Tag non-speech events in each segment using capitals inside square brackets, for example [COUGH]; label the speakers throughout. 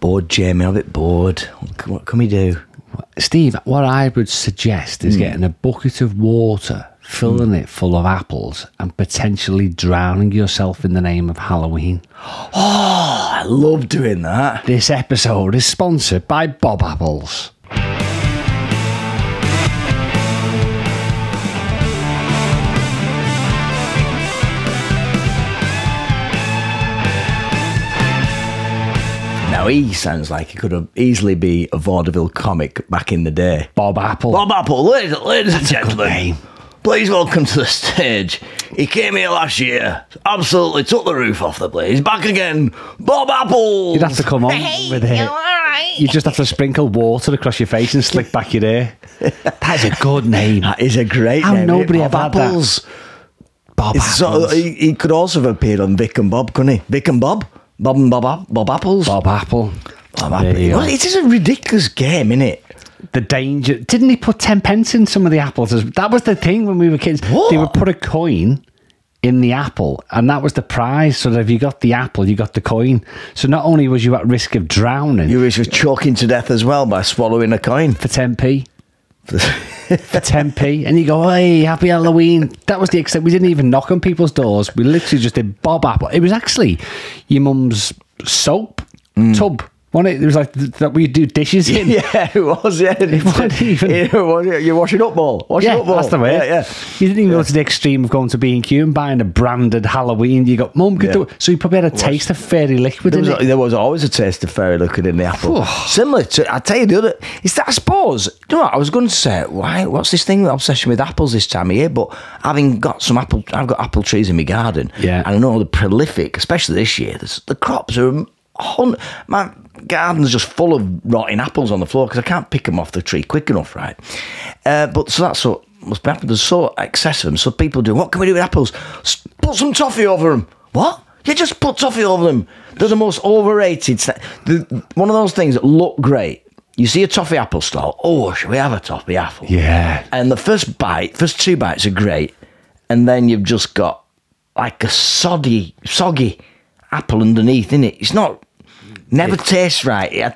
Speaker 1: bored, Jamie. I'm a bit bored. What can, what can we do?
Speaker 2: Steve, what I would suggest
Speaker 1: Hmm.
Speaker 2: is getting a bucket of water, filling it full of apples, and potentially drowning yourself in the name of Halloween.
Speaker 1: Oh, I love doing that.
Speaker 2: This episode is sponsored by Bob Apples.
Speaker 1: Now he sounds like he could have easily be a vaudeville comic back in the day.
Speaker 2: Bob Apple.
Speaker 1: Bob Apple, ladies, ladies and gentlemen,
Speaker 2: name.
Speaker 1: please welcome to the stage. He came here last year, absolutely took the roof off the place. He's back again, Bob Apple.
Speaker 2: You'd have to come on
Speaker 3: Hey,
Speaker 2: with
Speaker 3: you all
Speaker 2: it.
Speaker 3: right?
Speaker 2: You just have to sprinkle water across your face and slick back
Speaker 1: [LAUGHS]
Speaker 2: your hair. That's a good name.
Speaker 1: That is a great
Speaker 2: How
Speaker 1: name.
Speaker 2: nobody
Speaker 1: Bob
Speaker 2: ever had that.
Speaker 1: Apples.
Speaker 2: Bob
Speaker 1: It's sort
Speaker 2: Apples.
Speaker 1: of- he, he could also have appeared on Vic and Bob, couldn't he? Vic and Bob, Bob and Bob, App- Bob Apples.
Speaker 2: Bob Apple.
Speaker 1: Bob
Speaker 2: There
Speaker 1: Apple.
Speaker 2: you
Speaker 1: Oh, Well,
Speaker 2: are.
Speaker 1: it is a ridiculous game, isn't it?
Speaker 2: the danger. Didn't he put ten pence in some of the apples? That was the thing when we were kids. They would
Speaker 1: What?
Speaker 2: put a coin in the apple, and that was the prize. So that if you got the apple, you got the coin. So not only was you at risk of drowning
Speaker 1: You was choking to death as well by swallowing a
Speaker 2: [LAUGHS]
Speaker 1: coin.
Speaker 2: for ten p, for ten p, [LAUGHS] and you go, "Hey, happy Halloween!" That was the extent. We didn't even knock on people's doors. We literally just did bob apple. It was actually your mum's soap tub. Wasn't it? It was like th- that we do dishes in.
Speaker 1: Mm. [LAUGHS] Yeah, it was. Yeah, [LAUGHS] it
Speaker 2: wasn't even-
Speaker 1: You're washing up ball. Washing
Speaker 2: Yeah,
Speaker 1: up ball.
Speaker 2: that's the way.
Speaker 1: Yeah, yeah.
Speaker 2: You didn't even go to the extreme of going to B and Q and buying a branded Halloween. You got mum could
Speaker 1: Yeah.
Speaker 2: do it. So you probably had a taste of fairy liquid
Speaker 1: There
Speaker 2: in
Speaker 1: was,
Speaker 2: it.
Speaker 1: there was always a taste of fairy liquid in the apple.
Speaker 2: Phew.
Speaker 1: Similar to, I tell you the other, is that I suppose, you know what, I was going to say, why, what's this thing, with obsession with apples this time of year? But having got some apple, I've got apple trees in my garden.
Speaker 2: Yeah.
Speaker 1: And I know they're prolific, especially this year. The, the crops are, hun- my garden's just full of rotting apples on the floor because I can't pick them off the tree quick enough, right? Uh, but so that's what must be happening. There's so excess of them. So people do, what can we do with apples? S- Put some toffee over them. What? You just put toffee over them. They're the most overrated. Sna- the, one of those things that look great. You see a toffee apple stall. Oh, should we have a toffee apple?
Speaker 2: Yeah.
Speaker 1: And the first bite, first two bites are great, and then you've just got like a soddy, soggy apple underneath in it. It's not. Never tastes right. It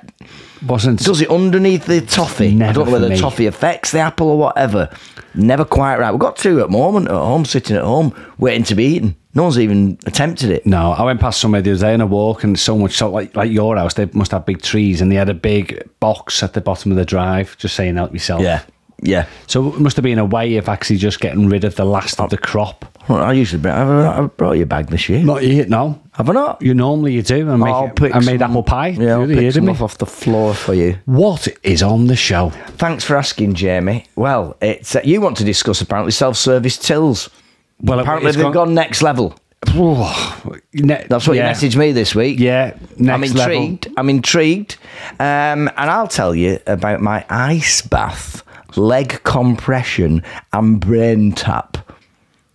Speaker 2: Wasn't
Speaker 1: does it underneath the toffee. I
Speaker 2: Never
Speaker 1: don't know whether
Speaker 2: for
Speaker 1: the
Speaker 2: me.
Speaker 1: toffee affects the apple or whatever. Never quite right. We've got two at the moment at home, sitting at home, waiting to be eaten. No one's even attempted it.
Speaker 2: No, I went past somewhere the other day on a walk, and so much so like like your house, they must have big trees, and they had a big box at the bottom of the drive, just saying help yourself.
Speaker 1: Yeah. Yeah.
Speaker 2: So it must have been a way of actually just getting rid of the last of the crop.
Speaker 1: Well, I usually bring, have I not- have I brought you a bag this year.
Speaker 2: Not yet, no.
Speaker 1: Have I not?
Speaker 2: You normally you do. I, make,
Speaker 1: I'll pick
Speaker 2: I made
Speaker 1: some-
Speaker 2: apple pie.
Speaker 1: Yeah, I'll
Speaker 2: the other year,
Speaker 1: pick some
Speaker 2: didn't
Speaker 1: off
Speaker 2: we?
Speaker 1: off the floor for you.
Speaker 2: What is on the show?
Speaker 1: Thanks for asking, Jamie. Well, it's uh, you want to discuss apparently self-service tills.
Speaker 2: Well, it-
Speaker 1: apparently
Speaker 2: it's
Speaker 1: they've
Speaker 2: gone-
Speaker 1: gone, next level.
Speaker 2: That's
Speaker 1: That's what you messaged me this week.
Speaker 2: Yeah, next
Speaker 1: I'm intrigued. I'm intrigued, um, and I'll tell you about my ice bath, leg compression, and brain tap.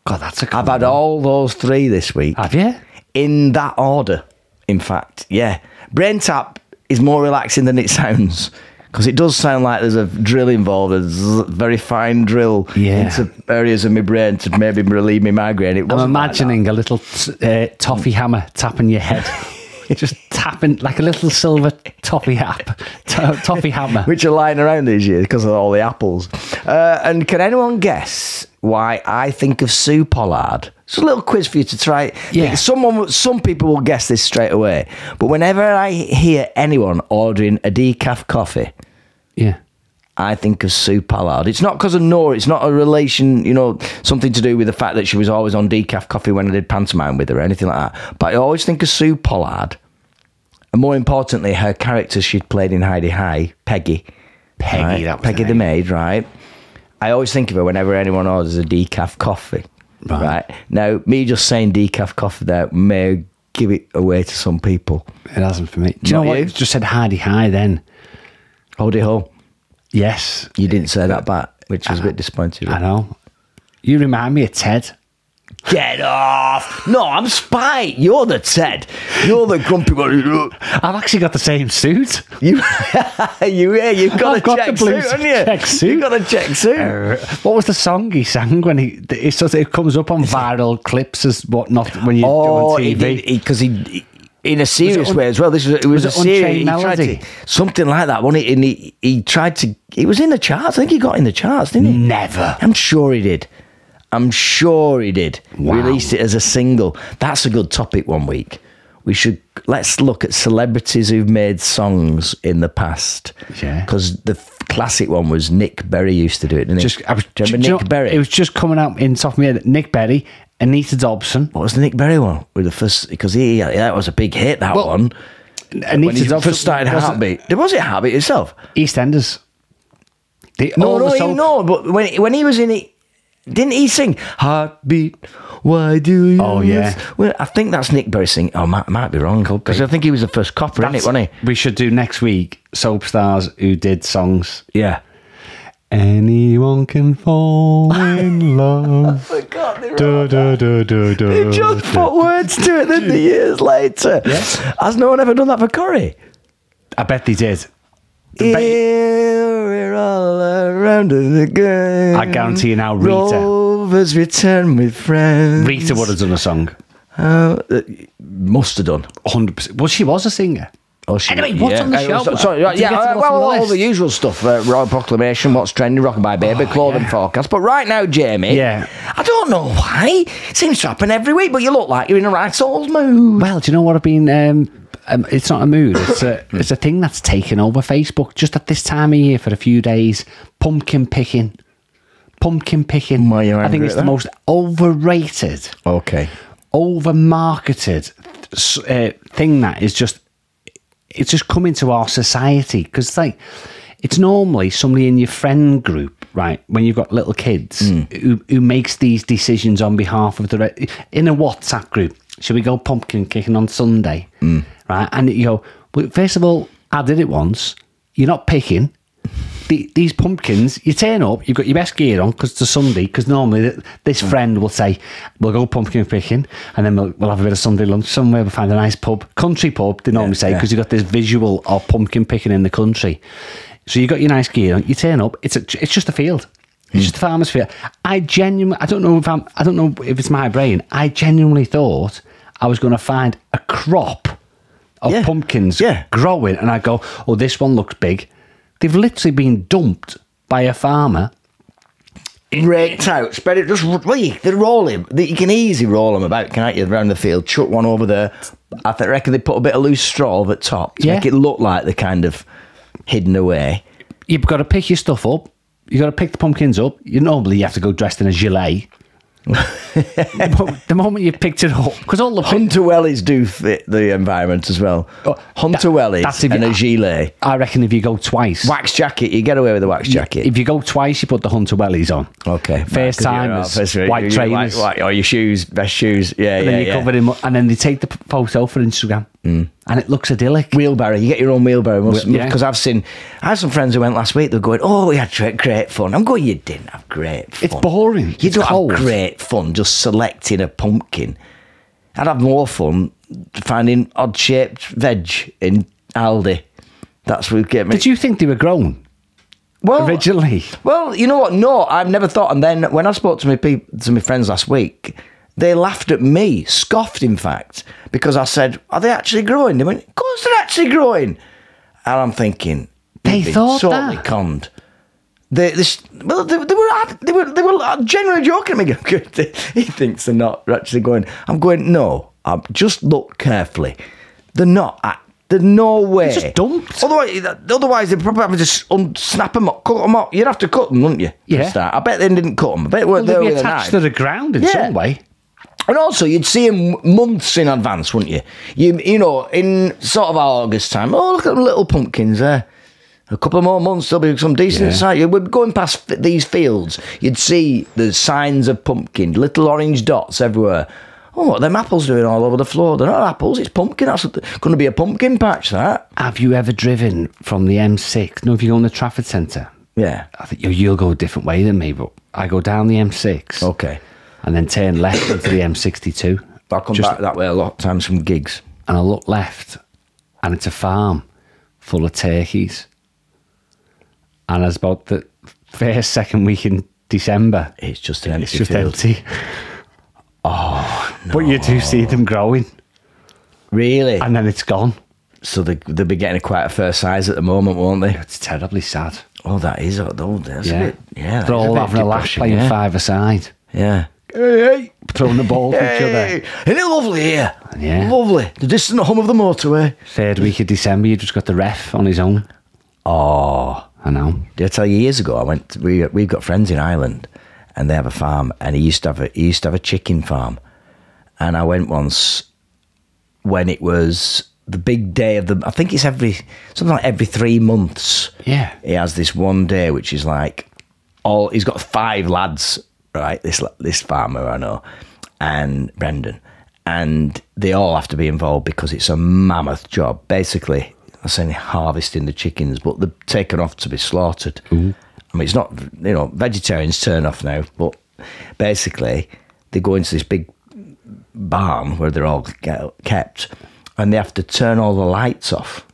Speaker 2: God, that's a
Speaker 1: I've had all those three this week.
Speaker 2: Have you?
Speaker 1: in that order. In fact, yeah, brain tap is more relaxing than it [LAUGHS] sounds because it does sound like there's a drill involved, a zzz, very fine drill
Speaker 2: Yeah.
Speaker 1: into areas of my brain to maybe relieve my migraine. It
Speaker 2: I'm
Speaker 1: wasn't like
Speaker 2: imagining a little t- uh, toffee hammer tapping your
Speaker 1: [LAUGHS]
Speaker 2: head. Just tapping like a little silver toffee hap, to- toffee hammer.
Speaker 1: that, which are lying around these years because of all the apples. Uh, and can anyone guess why I think of Sue Pollard? It's a little quiz for you to try.
Speaker 2: Yeah.
Speaker 1: Someone, will- some people will guess this straight away, but whenever I hear anyone ordering a decaf coffee.
Speaker 2: Yeah.
Speaker 1: I think of Sue Pollard. It's not because of Nora. It's not a relation, you know, something to do with the fact that she was always on decaf coffee when I did pantomime with her or anything like that. But I always think of Sue Pollard. And more importantly, her character she'd played in Heidi High, Peggy.
Speaker 2: Peggy,
Speaker 1: right?
Speaker 2: that was
Speaker 1: Peggy
Speaker 2: the
Speaker 1: the maid, right? I always think of her whenever anyone orders a decaf coffee. Right. Now, me just saying decaf coffee there may give it away to some people.
Speaker 2: It hasn't for me. Do you
Speaker 1: Not
Speaker 2: know what?
Speaker 1: you?
Speaker 2: You just said hardy hi then.
Speaker 1: Hold it home.
Speaker 2: Yes.
Speaker 1: You didn't say that back, which was a bit disappointing.
Speaker 2: I know. You remind me of Ted.
Speaker 1: Get off! No, I'm Spike. You're the Ted. You're the grumpy one.
Speaker 2: I've actually got the same suit.
Speaker 1: You, [LAUGHS] you, yeah, you've got
Speaker 2: I've
Speaker 1: a
Speaker 2: got
Speaker 1: check
Speaker 2: the blue
Speaker 1: suit, haven't you?
Speaker 2: check suit.
Speaker 1: You've got a check suit.
Speaker 2: Uh, What was the song he sang when he? It, sort of, it comes up on viral clips as what not when you're
Speaker 1: oh,
Speaker 2: doing TV.
Speaker 1: because he, he, in a serious
Speaker 2: un-
Speaker 1: way as well. This was it was,
Speaker 2: was
Speaker 1: a
Speaker 2: it
Speaker 1: serious
Speaker 2: Unchained
Speaker 1: he tried to-
Speaker 2: Melody?
Speaker 1: something like that. Wasn't it? And he he tried to. It was in the charts. I think he got in the charts, didn't he?
Speaker 2: Never.
Speaker 1: I'm sure he did. I'm sure he did.
Speaker 2: Wow.
Speaker 1: Released it as a single. That's a good topic one week. We should let's look at celebrities who've made songs in the past.
Speaker 2: Yeah.
Speaker 1: Because the f- classic one was Nick Berry used to do it, didn't
Speaker 2: Just,
Speaker 1: he?
Speaker 2: I was,
Speaker 1: Do you
Speaker 2: do
Speaker 1: remember
Speaker 2: you know
Speaker 1: Nick
Speaker 2: what?
Speaker 1: Berry?
Speaker 2: It was just coming out in top of my head. Nick Berry, Anita Dobson.
Speaker 1: what was the Nick Berry one? With the first because he that was a big hit that
Speaker 2: Well,
Speaker 1: one. When
Speaker 2: Anita
Speaker 1: he
Speaker 2: Dobson
Speaker 1: first started
Speaker 2: wasn't-
Speaker 1: Heartbeat. Was it Heartbeat itself?
Speaker 2: EastEnders. They
Speaker 1: No,
Speaker 2: all
Speaker 1: Oh, no,
Speaker 2: the
Speaker 1: he-
Speaker 2: songs-
Speaker 1: no. But when when he was in it, didn't he sing "Heartbeat"? Why do you?
Speaker 2: Oh, yeah.
Speaker 1: miss-" Well, I think that's Nick Berry singing. Oh, might, might be wrong because I think he was the first copper in it,
Speaker 2: That's-
Speaker 1: wasn't
Speaker 2: We should do next week soap stars who did songs.
Speaker 1: he? Yeah.
Speaker 2: Anyone can fall in love.
Speaker 1: God, they
Speaker 2: Du- du- du- du- du-
Speaker 1: [LAUGHS] They just
Speaker 2: du.
Speaker 1: put words to it then the years later. Has no one ever done that for Corey?
Speaker 2: I bet they did. The ba-
Speaker 1: Here we're all around us again.
Speaker 2: I guarantee you now, Rita-
Speaker 1: Rovers return with friends.
Speaker 2: Rita would have done a song.
Speaker 1: Uh, uh, must have done.
Speaker 2: 100%. Well, she was a singer.
Speaker 1: Oh, she,
Speaker 2: Anyway, what's on the
Speaker 1: Anyway,
Speaker 2: show?
Speaker 1: so- sorry, right,
Speaker 2: Did you
Speaker 1: yeah,
Speaker 2: get to
Speaker 1: uh,
Speaker 2: go
Speaker 1: well,
Speaker 2: from the
Speaker 1: all
Speaker 2: list?
Speaker 1: the usual stuff: uh, Royal Proclamation, what's trending, Rock by Baby, clothing
Speaker 2: Oh, yeah.
Speaker 1: forecast. But right now, Jamie,
Speaker 2: Yeah.
Speaker 1: I don't know why. Seems to happen every week, but you look like you're in a right old mood.
Speaker 2: Well, do you know what I've been? Um, um, it's not a mood.
Speaker 1: [LAUGHS]
Speaker 2: It's a it's a thing that's taken over Facebook just at this time of year for a few days. Pumpkin picking, pumpkin picking.
Speaker 1: Why are you
Speaker 2: I think
Speaker 1: angry
Speaker 2: it's
Speaker 1: at
Speaker 2: the
Speaker 1: that?
Speaker 2: most overrated,
Speaker 1: Okay,
Speaker 2: over marketed uh, thing that is just it's just come into our society because it's like it's normally somebody in your friend group right when you've got little kids who, who makes these decisions on behalf of the re- in a whatsapp group should we go pumpkin kicking on sunday right and you go well, first of all i did it once you're not picking the, these pumpkins, you turn up, you've got your best gear on because it's a Sunday. Because normally th- this
Speaker 1: Mm.
Speaker 2: friend will say, "We'll go pumpkin picking, and then we'll, we'll have a bit of Sunday lunch somewhere. We'll find a nice pub, country pub." They normally say
Speaker 1: yeah.
Speaker 2: because you've got this visual of pumpkin picking in the country. So you got your nice gear on, you turn up. It's a, it's just a field. It's
Speaker 1: Mm.
Speaker 2: just a farmer's field. I genuinely, I don't know if I'm, I don't know if it's my brain. I genuinely thought I was going to find a crop of
Speaker 1: Yeah.
Speaker 2: pumpkins
Speaker 1: Yeah.
Speaker 2: growing, and I go, "Oh, this one looks big." They've literally been dumped by a farmer.
Speaker 1: raked out, spread it. Just well, you, they roll him. They- You can easy roll them about, can't you? Around the field, chuck one over there. I think reckon they put a bit of loose straw over the top to
Speaker 2: Yeah.
Speaker 1: make it look like they're kind of hidden away.
Speaker 2: You've got to pick your stuff up. You've got to pick the pumpkins up. You normally you have to go dressed in a
Speaker 1: [LAUGHS]
Speaker 2: gilet. But the moment you've picked it up, because all the
Speaker 1: Hunter wellies do fit the environment as well.
Speaker 2: Oh,
Speaker 1: Hunter
Speaker 2: that-
Speaker 1: wellies
Speaker 2: that's if
Speaker 1: and
Speaker 2: you-
Speaker 1: a gilet.
Speaker 2: I reckon if you go twice,
Speaker 1: Wax jacket, you get away with a wax jacket.
Speaker 2: if you go twice, you put the hunter wellies on.
Speaker 1: okay.
Speaker 2: first
Speaker 1: time
Speaker 2: timers, white trainers,
Speaker 1: or your shoes, best shoes. Yeah,
Speaker 2: and
Speaker 1: yeah,
Speaker 2: then you
Speaker 1: yeah. Mm.
Speaker 2: cover him, up, and then they take the p- photo for Instagram, and it looks idyllic.
Speaker 1: Wheelbarrow, you get your own wheelbarrow because
Speaker 2: Wheel- yeah.
Speaker 1: I've seen, I had some friends who went last week. They're going, "Oh, we had tre- great fun." I'm going, "You didn't have great fun.
Speaker 2: It's boring.
Speaker 1: You
Speaker 2: It's
Speaker 1: don't
Speaker 2: cold.
Speaker 1: have great fun just selecting a pumpkin. I'd have more fun finding odd shaped veg in Aldi. That's what would get me.
Speaker 2: Did you think they were grown
Speaker 1: well,
Speaker 2: originally?
Speaker 1: Well, you know what? No, I've never thought. And then when I spoke to my peop to my friends last week, they laughed at me, scoffed, in fact, because I said, "Are they actually growing?" They went, "Of course they're actually growing." And I'm thinking,
Speaker 2: They
Speaker 1: you've been
Speaker 2: thought
Speaker 1: totally
Speaker 2: that?
Speaker 1: conned. They, this, well, they, they were they were they were generally joking at me. [LAUGHS] he thinks they're not actually going. I'm going. No, i just look carefully. They're not. I, there's no way.
Speaker 2: just dumped.
Speaker 1: Otherwise, otherwise they'd probably have to just un- snap them up, cut them up. You'd have to cut them, wouldn't you? to
Speaker 2: Yeah.
Speaker 1: start? I bet they didn't cut them. I bet it weren't
Speaker 2: They'd
Speaker 1: there
Speaker 2: be
Speaker 1: with a
Speaker 2: attached
Speaker 1: knife.
Speaker 2: to the ground in
Speaker 1: Yeah.
Speaker 2: some way.
Speaker 1: And also, you'd see them months in advance, wouldn't you? You, you know, in sort of our August time. Oh, look at them little pumpkins there. A couple more months, there'll be some decent
Speaker 2: Yeah.
Speaker 1: sight. You We're going past f- these fields. You'd see the signs of pumpkin, little orange dots everywhere. Oh, what are them apples doing all over the floor? They're not apples, it's pumpkin. That's going to be a pumpkin patch, that.
Speaker 2: Have you ever driven from the M6? No, if you go in the Trafford Centre,
Speaker 1: Yeah.
Speaker 2: I think you- you'll go a different way than me, but I go down the M6
Speaker 1: Okay.
Speaker 2: and then turn left into the M62.
Speaker 1: I'll come
Speaker 2: Just-
Speaker 1: back that way a lot of times from gigs.
Speaker 2: And I look left and it's a farm full of turkeys. And it's about the first, second week in December.
Speaker 1: It's just an empty
Speaker 2: It's just [LAUGHS]
Speaker 1: field.
Speaker 2: empty. Oh, But you do see them growing.
Speaker 1: Really?
Speaker 2: and then it's gone.
Speaker 1: so they, they'll be getting quite a fair size at the moment, won't they?
Speaker 2: It's terribly sad.
Speaker 1: Oh, that is, oh, that's a bit, yeah. that
Speaker 2: they're
Speaker 1: is a
Speaker 2: all
Speaker 1: bit
Speaker 2: having a laugh
Speaker 1: depressing,
Speaker 2: playing
Speaker 1: yeah.
Speaker 2: five aside,
Speaker 1: Yeah.
Speaker 2: throwing the ball to each
Speaker 1: Hey,
Speaker 2: other.
Speaker 1: isn't it lovely here?
Speaker 2: Yeah.
Speaker 1: Lovely. The distant hum of the motorway.
Speaker 2: Third week of December, you just got the ref on his own.
Speaker 1: Oh.
Speaker 2: I know.
Speaker 1: Did I tell you years ago? I went. To, we we've got friends in Ireland, and they have a farm, and he used to have a he used to have a chicken farm, and I went once when it was the big day of the. I think it's every something like every three months.
Speaker 2: Yeah.
Speaker 1: he has this one day which is like all. He's got five lads, right? This la- this farmer I know, and Brendan, and they all have to be involved because it's a mammoth job. Basically, I'm saying harvesting the chickens, but they're taken off to be slaughtered. I mean, it's not you know vegetarians turn off now, but basically they go into this big barn where they're all ke- kept, and they have to turn all the lights off.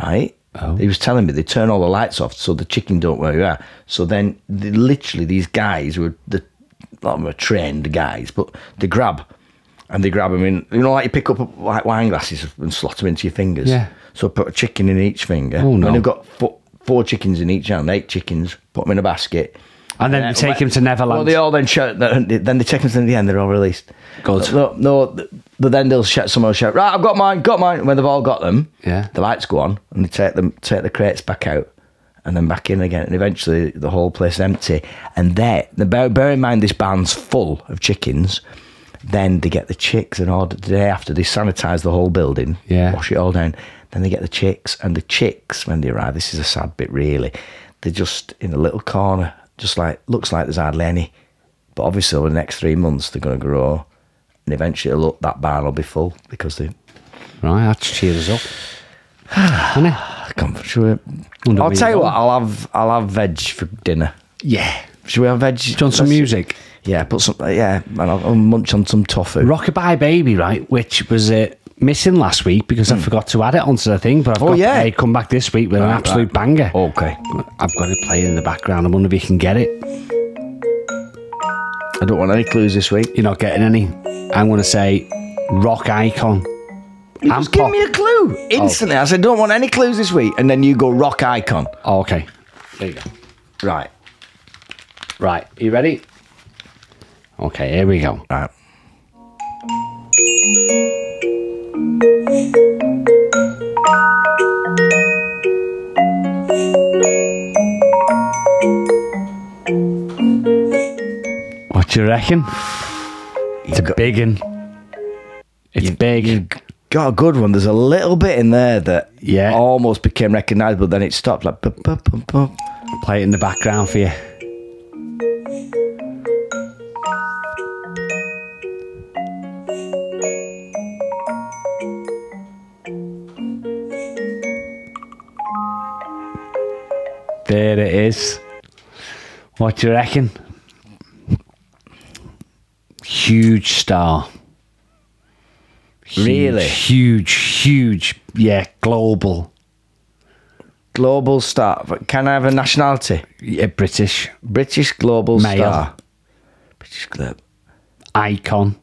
Speaker 1: Right?
Speaker 2: Oh.
Speaker 1: He was telling me they turn all the lights off so the chicken don't where you are. So then, they, literally, these guys were the a lot of them were trained guys, but they grab and they grab them in. You know, like you pick up like wine glasses and slot them into your fingers.
Speaker 2: Yeah.
Speaker 1: So put a chicken in each finger.
Speaker 2: Oh, no.
Speaker 1: When they've got four, four chickens in each hand, eight chickens, put them in a basket.
Speaker 2: And then
Speaker 1: Uh,
Speaker 2: you take
Speaker 1: well-
Speaker 2: him to Neverland.
Speaker 1: Well, they all then shout. Then they take them to the end. They're all released.
Speaker 2: Good.
Speaker 1: No, no. th- But then they'll shout. Someone will shout. Right, I've got mine. Got mine. When they've all got them,
Speaker 2: Yeah.
Speaker 1: The lights go on, and they take them, take the crates back out, and then back in again, and eventually the whole place is empty. And there, the bear, bear in mind, this barn's full of chickens. Then they get the chicks, and all the day after they sanitize the whole building,
Speaker 2: Yeah.
Speaker 1: wash it all down. Then they get the chicks, and the chicks, when they arrive, this is a sad bit really, they're just in a little corner, just like, looks like there's hardly any. But obviously, over the next three months, they're going to grow, and eventually, look, that barn will be full because they
Speaker 2: Right, that cheers us up. [SIGHS] Isn't it?
Speaker 1: come for sure.
Speaker 2: Wonder
Speaker 1: I'll
Speaker 2: where
Speaker 1: tell you
Speaker 2: you're
Speaker 1: what, I'll have I'll have veg for dinner.
Speaker 2: Yeah.
Speaker 1: Should we have veg?
Speaker 2: Done some
Speaker 1: Let's-
Speaker 2: music.
Speaker 1: Yeah, put some. Yeah, and I'll, I'll munch on some tofu.
Speaker 2: Rockabye Baby, right, which was uh, missing last week because I forgot to add it onto the thing, but I've
Speaker 1: Oh,
Speaker 2: got
Speaker 1: yeah.
Speaker 2: hey, come back this week with an
Speaker 1: Right,
Speaker 2: absolute
Speaker 1: right.
Speaker 2: banger.
Speaker 1: Okay,
Speaker 2: I've got it playing in the background. I wonder if you can get it.
Speaker 1: I don't want any clues this week.
Speaker 2: You're not getting any. I'm going to say rock icon. And
Speaker 1: Just give
Speaker 2: pop-
Speaker 1: me a
Speaker 2: Oh.
Speaker 1: clue instantly. I said don't want any clues this week, and then you go rock icon.
Speaker 2: Oh, okay. There you go.
Speaker 1: Right,
Speaker 2: Right. You ready? Okay, here we go.
Speaker 1: right.
Speaker 2: What do you reckon? It's a
Speaker 1: got-
Speaker 2: big one. It's big.
Speaker 1: Got a good one. There's a little bit in there that
Speaker 2: Yeah.
Speaker 1: almost became recognisable. Then it stopped. Like, bup, bup, bup, bup.
Speaker 2: Play it in the background for you. There it is. What do you reckon? Huge star. Huge,
Speaker 1: Really?
Speaker 2: Huge, huge, yeah, global.
Speaker 1: global star. Can I have a nationality?
Speaker 2: Yeah, British.
Speaker 1: British global
Speaker 2: Male.
Speaker 1: star. British globe.
Speaker 2: icon.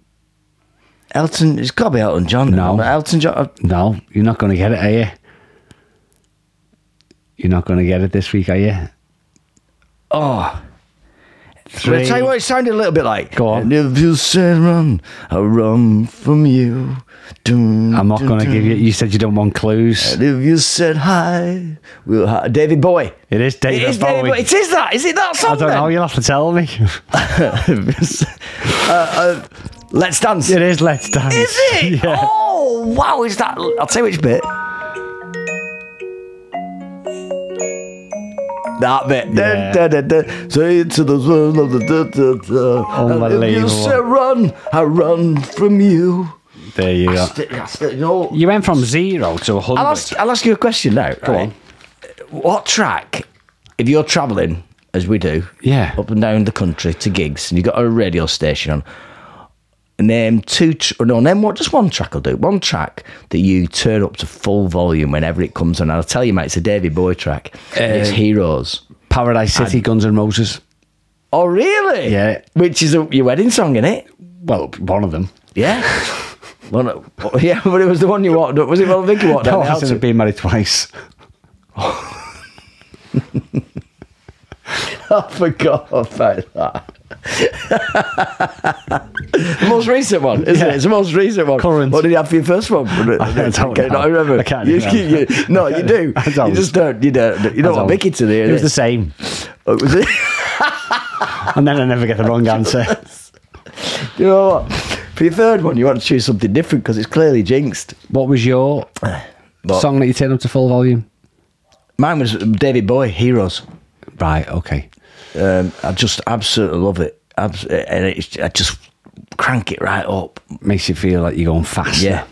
Speaker 1: Elton, it's got to be Elton John.
Speaker 2: No.
Speaker 1: But Elton John. uh,
Speaker 2: No, you're not going to get it, are you? You're not going to get it this week, are you?
Speaker 1: Oh.
Speaker 2: Three.
Speaker 1: I'll tell you what, it sounded a little bit like.
Speaker 2: Go on.
Speaker 1: And if you said run, I'll run from you. Dun,
Speaker 2: I'm not
Speaker 1: dun,
Speaker 2: going to
Speaker 1: dun.
Speaker 2: give you. You said you don't want clues.
Speaker 1: And if you said hi, we'll hi. David Bowie.
Speaker 2: It is David
Speaker 1: it is
Speaker 2: Bowie.
Speaker 1: David Bowie. It is that. Is it that song?
Speaker 2: I don't know. You'll have to tell me. [LAUGHS]
Speaker 1: know. uh, uh, let's dance. [LAUGHS]
Speaker 2: it is Let's Dance.
Speaker 1: Is it?
Speaker 2: [LAUGHS] Yeah.
Speaker 1: Oh, wow. Is that. I'll tell you which bit. That bit.
Speaker 2: Yeah.
Speaker 1: Dun, dun, dun, dun. Say it to the world of the. Dun, dun, dun. And if you
Speaker 2: Unbelievable.
Speaker 1: say run, I run from you.
Speaker 2: There you go.
Speaker 1: St- I st- you know,
Speaker 2: You went from zero to a
Speaker 1: I'll,
Speaker 2: hundred.
Speaker 1: ask, I'll ask you a question now. Go
Speaker 2: on.
Speaker 1: What track, if you're travelling, as we do,
Speaker 2: Yeah.
Speaker 1: up and down the country to gigs, and you've got a radio station on, name two, tr- or no, name what, just one track will do. One track that you turn up to full volume whenever it comes on. And I'll tell you, mate, it's a David Bowie track.
Speaker 2: Uh,
Speaker 1: it's Heroes.
Speaker 2: Paradise City, Guns and Roses.
Speaker 1: Oh, really?
Speaker 2: Yeah.
Speaker 1: Which is a, your wedding song, isn't it?
Speaker 2: [LAUGHS] Well, one of them.
Speaker 1: Yeah. Well, no, well, yeah, but it was the one you walked up. Was it? Well, I think you walked down
Speaker 2: [LAUGHS] No,
Speaker 1: the
Speaker 2: I
Speaker 1: aisle
Speaker 2: said
Speaker 1: to.
Speaker 2: I've been married twice.
Speaker 1: [LAUGHS] I forgot about that. [LAUGHS] the most recent one, isn't it? It's the most recent one.
Speaker 2: Current.
Speaker 1: What did you have for your first one?
Speaker 2: [LAUGHS] I don't know.
Speaker 1: Can you not remember.
Speaker 2: I can't
Speaker 1: you,
Speaker 2: remember.
Speaker 1: you- you- no, you do.
Speaker 2: [LAUGHS] I don't.
Speaker 1: You just don't. You don't. You don't want Mickey to hear
Speaker 2: It was the
Speaker 1: this.
Speaker 2: same.
Speaker 1: Oh, was [LAUGHS] it? [LAUGHS]
Speaker 2: And then I never get the wrong answer.
Speaker 1: you know what? For your third one, you want to choose something different because it's clearly jinxed.
Speaker 2: What was your
Speaker 1: But-
Speaker 2: song that you turned up to full volume?
Speaker 1: Mine was David Bowie, Heroes.
Speaker 2: Right, okay.
Speaker 1: Um, I just absolutely love it. Abs- and it's, I just crank it right up.
Speaker 2: Makes you feel like you're going fast.
Speaker 1: Yeah.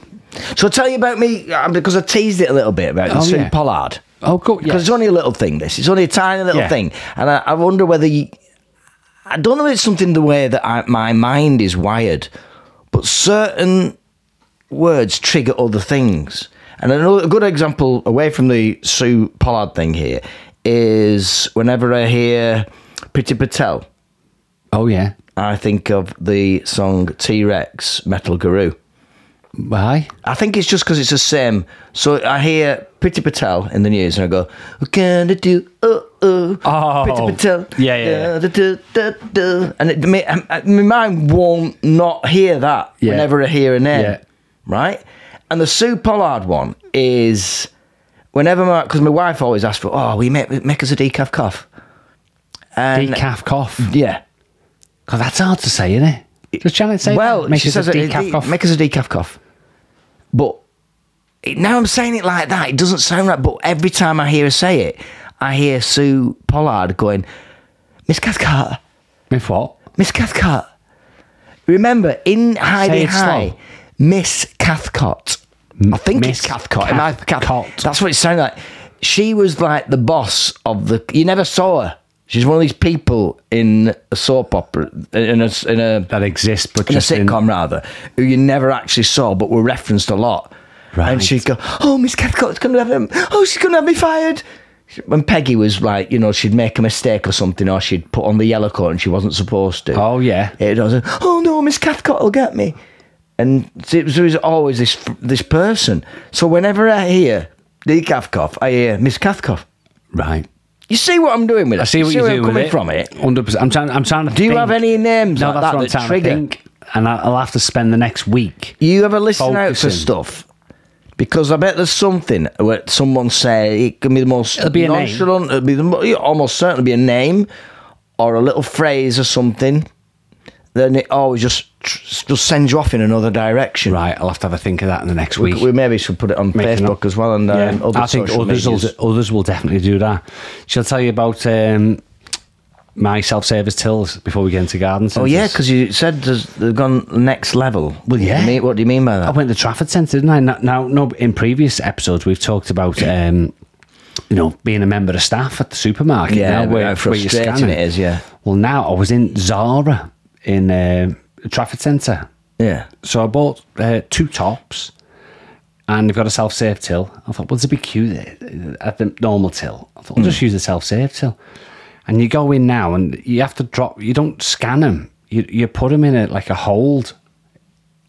Speaker 1: So tell you about me uh, because I teased it a little bit about
Speaker 2: Oh,
Speaker 1: Sue
Speaker 2: yeah.
Speaker 1: Pollard.
Speaker 2: Oh, cool.
Speaker 1: Because it's only a little thing. This it's only a tiny little
Speaker 2: Yeah.
Speaker 1: thing, and I, I wonder whether you. I don't know. if It's something the way that I, my mind is wired, but certain words trigger other things. And another a good example away from the Sue Pollard thing here is whenever I hear Pretty Patel,
Speaker 2: Oh, yeah.
Speaker 1: I think of the song T Rex Metal Guru.
Speaker 2: Why?
Speaker 1: I think it's just because it's the same. So I hear Pretty Patel in the news and I go, What can I do? Oh, oh.
Speaker 2: Oh.
Speaker 1: Pretty Patel.
Speaker 2: Yeah, yeah,
Speaker 1: Da, da, da, da, da. And it, me- um, uh, my mind won't not hear that
Speaker 2: Yeah.
Speaker 1: whenever I hear a name.
Speaker 2: Yeah.
Speaker 1: Right? And the Sue Pollard one is whenever my, because my wife always asks for, Oh, we make, make us a decaf cough. And Mm.
Speaker 2: Decaf cough.
Speaker 1: yeah.
Speaker 2: God, that's hard to say, isn't it? Does Janet say
Speaker 1: Well,
Speaker 2: that? Make
Speaker 1: she
Speaker 2: us a
Speaker 1: says it-
Speaker 2: decaf
Speaker 1: it-
Speaker 2: cough.
Speaker 1: Make us a decaf cough. But it, now I'm saying it like that. It doesn't sound right. But every time I hear her say it, I hear Sue Pollard going, Miss Cathcart,
Speaker 2: With what?
Speaker 1: Miss Cathcart. Remember in Heidi
Speaker 2: it slow.
Speaker 1: High, Miss Cathcart. I think
Speaker 2: Miss
Speaker 1: it's Cathcart. Am I- Cath-
Speaker 2: Cathcart.
Speaker 1: That's what it sounded like. She was like the boss of the. You never saw her. She's one of these people in a soap opera, in a, in a
Speaker 2: That exists, but
Speaker 1: in a
Speaker 2: just in-
Speaker 1: sitcom rather, who you never actually saw but were referenced a lot.
Speaker 2: Right.
Speaker 1: And she'd go, "Oh, Miss Cathcart's going to have him. Oh, she's going to have me fired." When Peggy was like, you know, she'd make a mistake or something, or she'd put on the yellow coat and she wasn't supposed to.
Speaker 2: Oh, yeah.
Speaker 1: It was, oh no, Miss Cathcart will get me. And it was, there was always this this person. So whenever I hear decaf cough, I hear Miss Cathcart.
Speaker 2: Right.
Speaker 1: You see what I'm doing with it?
Speaker 2: I see what
Speaker 1: you
Speaker 2: you're
Speaker 1: where
Speaker 2: doing
Speaker 1: I'm coming
Speaker 2: with it.
Speaker 1: from it.
Speaker 2: 100%. I'm trying, I'm trying to
Speaker 1: Do you have
Speaker 2: think.
Speaker 1: any names
Speaker 2: No,
Speaker 1: like
Speaker 2: that's
Speaker 1: that
Speaker 2: what I'm
Speaker 1: that
Speaker 2: trying
Speaker 1: trigger?
Speaker 2: to think. And I- I'll have to spend the next week.
Speaker 1: You ever listen out for
Speaker 2: Focusing.
Speaker 1: stuff? Because I bet there's something where someone say it can be the most
Speaker 2: It'll be a name.
Speaker 1: nonchalant. It'll be the mo- it'll almost certainly be a name or a little phrase or something. Then it always just tr- just sends you off in another direction.
Speaker 2: Right, I'll have to have a think of that in the next week.
Speaker 1: We maybe should put it on
Speaker 2: Making
Speaker 1: Facebook
Speaker 2: up-
Speaker 1: as well and um, other
Speaker 2: I think
Speaker 1: social
Speaker 2: others will,
Speaker 1: medias.
Speaker 2: others will definitely do that. Shall I tell you about um, my self-service tills before we get into garden
Speaker 1: Oh yeah,
Speaker 2: centres?
Speaker 1: because you said there's- they've gone next level. Well,
Speaker 2: yeah. Oh,
Speaker 1: What do you mean by
Speaker 2: I
Speaker 1: that?
Speaker 2: went to Trafford Centre, didn't I? Now, now, no, in previous episodes, we've talked about, um, you know, being a member of staff at the supermarket.
Speaker 1: Yeah,
Speaker 2: now, where,
Speaker 1: how
Speaker 2: where you're
Speaker 1: frustrating
Speaker 2: scanning.
Speaker 1: it is, yeah.
Speaker 2: Well, now I was in Zara in uh, Trafford Centre.
Speaker 1: yeah.
Speaker 2: So I bought uh, two tops, and they've got a self-serve till. I thought, well, to be cute uh, at the normal till. I thought, I'll just use the self-serve till. And you go in now, and you have to drop. You don't scan them. You you put them in a like a hold,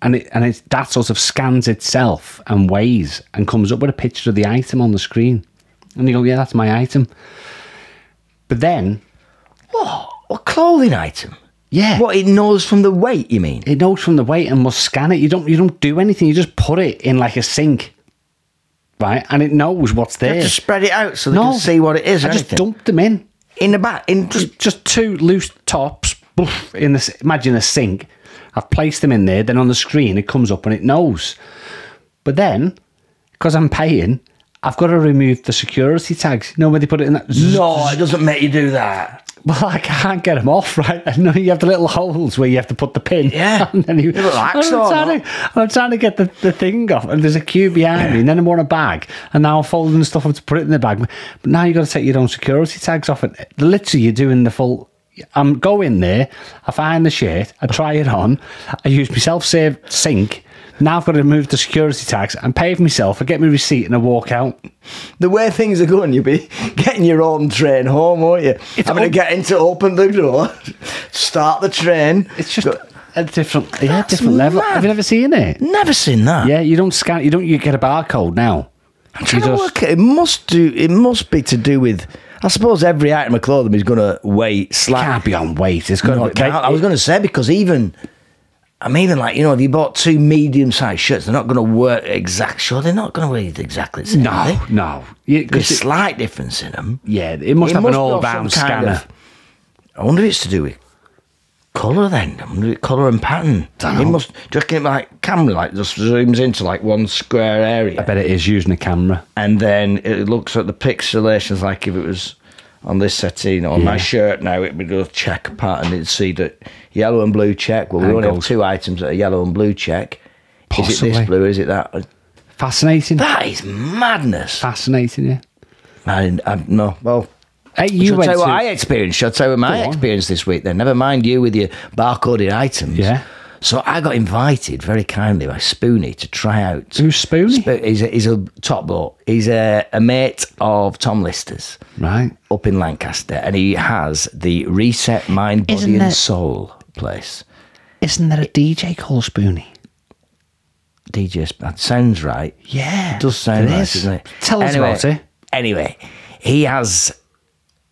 Speaker 2: and it and it's that sort of scans itself and weighs and comes up with a picture of the item on the screen. And you go, yeah, that's my item. But then,
Speaker 1: What? A clothing item?
Speaker 2: yeah,
Speaker 1: What it knows from the weight? You mean?
Speaker 2: it knows from the weight and must scan it. You don't you don't do anything. You just put it in like a sink, right? And it knows what's
Speaker 1: You
Speaker 2: there.
Speaker 1: have to spread it out so they can see what it is.
Speaker 2: I
Speaker 1: or
Speaker 2: just
Speaker 1: anything.
Speaker 2: dumped them in.
Speaker 1: in the back. In just
Speaker 2: Just just two loose tops. Boof, in this, imagine a sink. I've placed them in there. Then on the screen it comes up and it knows. But then, because I'm paying, I've got to remove the security tags. You know when they put it in that.
Speaker 1: no, it doesn't make you do that.
Speaker 2: Well, I can't get them off, right? [LAUGHS] And then you have the little holes where you have to put the pin.
Speaker 1: Yeah.
Speaker 2: [LAUGHS] And then you,
Speaker 1: They're like
Speaker 2: I'm,
Speaker 1: so,
Speaker 2: trying to, I'm trying to get the, the thing off, and there's a queue behind me, and then I want a bag, and now I'm folding stuff up to put it in the bag. But now you've got to take your own security tags off. And literally, you're doing the full. I'm going there, I find the shirt, I try it on, I use my self save sink. Now I've got to remove the security tags and pay for myself. I get my receipt and I walk out.
Speaker 1: The way things are going, you'll be [LAUGHS] getting your own train home, won't you? I'm going
Speaker 2: un-
Speaker 1: to get in to open the door, [LAUGHS] start the train.
Speaker 2: It's just
Speaker 1: go-
Speaker 2: a different, yeah,
Speaker 1: That's
Speaker 2: different level.
Speaker 1: mad.
Speaker 2: Have you ever seen it?
Speaker 1: Never seen that.
Speaker 2: Yeah, you don't scan. You don't. You get a barcode now.
Speaker 1: I'm trying
Speaker 2: You
Speaker 1: to
Speaker 2: just-
Speaker 1: work it. It must do. It must be to do with. I suppose every item of clothing is going to weigh slightly.
Speaker 2: can't be on weight. It's got
Speaker 1: No,
Speaker 2: to
Speaker 1: it can't. I was going to say because even. I'm even like you know if you bought two medium-sized shirts, they're not going to work exact. Sure, they're not going to weigh exactly the same. are they?
Speaker 2: No, no. Yeah, 'cause
Speaker 1: there's
Speaker 2: it-
Speaker 1: slight difference in them.
Speaker 2: yeah, it must
Speaker 1: It
Speaker 2: have
Speaker 1: must have
Speaker 2: an all-round
Speaker 1: some kind
Speaker 2: scanner.
Speaker 1: of- I wonder if it's to do with colour then. I wonder if colour and pattern.
Speaker 2: Dunno.
Speaker 1: It must. Do you reckon it like camera like just zooms into like one square area?
Speaker 2: I bet it is using a camera.
Speaker 1: and then it looks at the pixelations like if it was on this settee or on my
Speaker 2: Yeah.
Speaker 1: shirt now it would do a check pattern it'd see that yellow and blue check well we
Speaker 2: And
Speaker 1: only have
Speaker 2: gold.
Speaker 1: two items that are yellow and blue check is it
Speaker 2: Possibly.
Speaker 1: this blue is it that
Speaker 2: Fascinating.
Speaker 1: that is madness
Speaker 2: Fascinating. Yeah.
Speaker 1: I, I, no well
Speaker 2: Hey,
Speaker 1: shall
Speaker 2: you
Speaker 1: I
Speaker 2: went
Speaker 1: tell you
Speaker 2: to
Speaker 1: what I experienced shall I tell you my
Speaker 2: Go on.
Speaker 1: experience this week then never mind you with your barcoded items
Speaker 2: Yeah.
Speaker 1: so I got invited very kindly by Spoonie to try out
Speaker 2: who's Spoonie?
Speaker 1: Sp- he's a, he's a top bloke he's a, a mate of Tom Lister's
Speaker 2: right.
Speaker 1: up in Lancaster, and he has the Reset Mind, Body,
Speaker 2: Isn't
Speaker 1: and
Speaker 2: it-
Speaker 1: Soul place.
Speaker 2: Isn't there a DJ called Spoonie?
Speaker 1: DJ, Sp- that sounds right.
Speaker 2: Yeah,
Speaker 1: it does sound
Speaker 2: there
Speaker 1: right,
Speaker 2: is.
Speaker 1: doesn't it?
Speaker 2: Tell us
Speaker 1: Anyway-
Speaker 2: about it.
Speaker 1: Anyway, he has.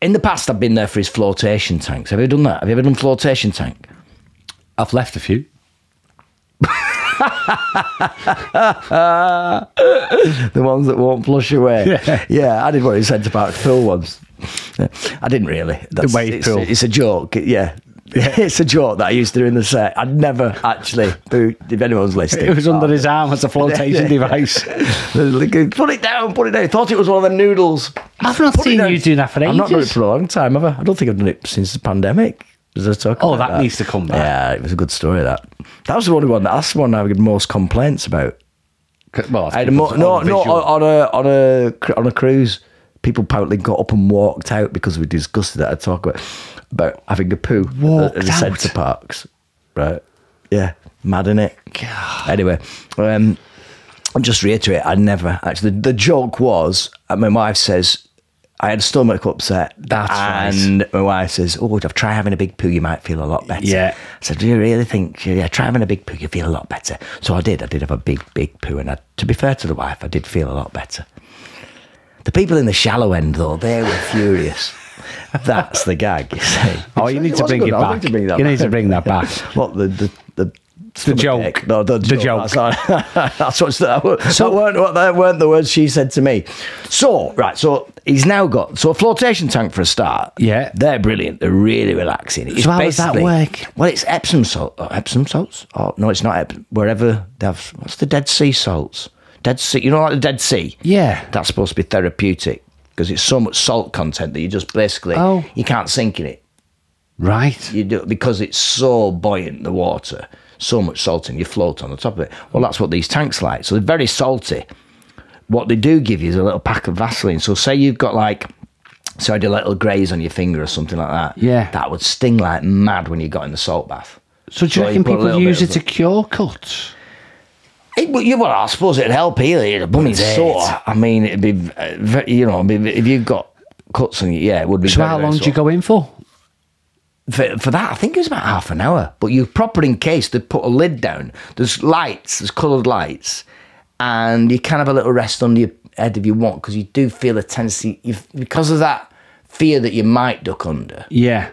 Speaker 1: In the past, I've been there for his flotation tanks. Have you done that? Have you ever done flotation tank?
Speaker 2: I've left a few.
Speaker 1: The ones that won't flush
Speaker 2: [LAUGHS]
Speaker 1: away. Yeah, I did what he said about pool ones. I didn't really. That's,
Speaker 2: wave
Speaker 1: it's,
Speaker 2: pool.
Speaker 1: It's a joke. Yeah. [LAUGHS] It's a joke that I used to do in the set. I'd never actually, if anyone's listening,
Speaker 2: [LAUGHS]
Speaker 1: Oh.
Speaker 2: It was under his arm [LAUGHS] as a flotation
Speaker 1: Yeah. [LAUGHS]
Speaker 2: device.
Speaker 1: put it down, put it down. Thought it was one of the noodles.
Speaker 2: [LAUGHS] I've not
Speaker 1: Put it
Speaker 2: seen
Speaker 1: down.
Speaker 2: you do that for
Speaker 1: I've not done it
Speaker 2: ages.
Speaker 1: for a long time, have I? I don't think I've done it since the pandemic. Was I talking
Speaker 2: Oh,
Speaker 1: about
Speaker 2: that needs to come back.
Speaker 1: Yeah, it was a good story. That that was the only one. That's the one I had most complaints about.
Speaker 2: Well,
Speaker 1: I had a mo- no, no,
Speaker 2: oh.
Speaker 1: on on a on a cr- on a cruise, people apparently got up and walked out because we disgusted that I talk about about having a poo at the-
Speaker 2: Walked
Speaker 1: at the
Speaker 2: out?
Speaker 1: centre parks, right? Yeah, mad in it. Anyway, um, I'll just reiterate. I never actually. The joke was, and my wife says. I had a stomach upset.
Speaker 2: That's right.
Speaker 1: and my wife says, "Oh, if try having a big poo, you might feel a lot better."
Speaker 2: Yeah.
Speaker 1: I said, "Do you really think? Yeah, try having a big poo, you feel a lot better." So I did. I did have a big, big poo, and I, to be fair to the wife, I did feel a lot better. The people in the shallow end, though, they were furious. That's the gag, you see.
Speaker 2: Oh, you need to
Speaker 1: was
Speaker 2: bring
Speaker 1: good.
Speaker 2: it
Speaker 1: I
Speaker 2: back.
Speaker 1: need to bring that
Speaker 2: You
Speaker 1: back.
Speaker 2: need to bring that back.
Speaker 1: [LAUGHS] What the the the.
Speaker 2: The
Speaker 1: stomach
Speaker 2: joke.
Speaker 1: ache? No, the,
Speaker 2: The
Speaker 1: joke.
Speaker 2: joke.
Speaker 1: That's, not, [LAUGHS] that's what's that. were-
Speaker 2: So-
Speaker 1: that weren't what that weren't the words she said to me. So right, so he's now got so a flotation tank for a start.
Speaker 2: Yeah.
Speaker 1: they're brilliant. They're really relaxing. It's
Speaker 2: So how does that
Speaker 1: basically-
Speaker 2: work?
Speaker 1: Well, it's Epsom salt. oh, Epsom salts? Oh no, it's not. Epsom, wherever they have, what's the Dead Sea salts? Dead Sea. You know, like the Dead Sea.
Speaker 2: Yeah.
Speaker 1: that's supposed to be therapeutic because it's so much salt content that you just basically
Speaker 2: Oh.
Speaker 1: you can't sink in it
Speaker 2: Right.
Speaker 1: you do because it's so buoyant the water so much salt in you float on the top of it well that's what these tanks like so they're very salty what they do give you is a little pack of vaseline so say you've got like so I did a little graze on your finger or something like that.
Speaker 2: Yeah.
Speaker 1: That would sting like mad when you got in the salt bath.
Speaker 2: So do you
Speaker 1: Well, you
Speaker 2: reckon
Speaker 1: put a
Speaker 2: people
Speaker 1: little
Speaker 2: use
Speaker 1: bit
Speaker 2: it
Speaker 1: of
Speaker 2: to cure cuts?
Speaker 1: It, well, you, well, I suppose it'd help heal it. The bummy's
Speaker 2: That's
Speaker 1: sore.
Speaker 2: it.
Speaker 1: I mean, it'd be, uh, ve- you know, it'd be- if you've got cuts on you, yeah, it would be
Speaker 2: So
Speaker 1: very,
Speaker 2: how
Speaker 1: very
Speaker 2: long do
Speaker 1: sore.
Speaker 2: you go in for?
Speaker 1: for, for that, I think it was about half an hour. But you proper encased, they put a lid down. There's lights, there's coloured lights, and you can have a little rest under your head if you want because you do feel a tendency you because of that fear that you might duck under.
Speaker 2: Yeah.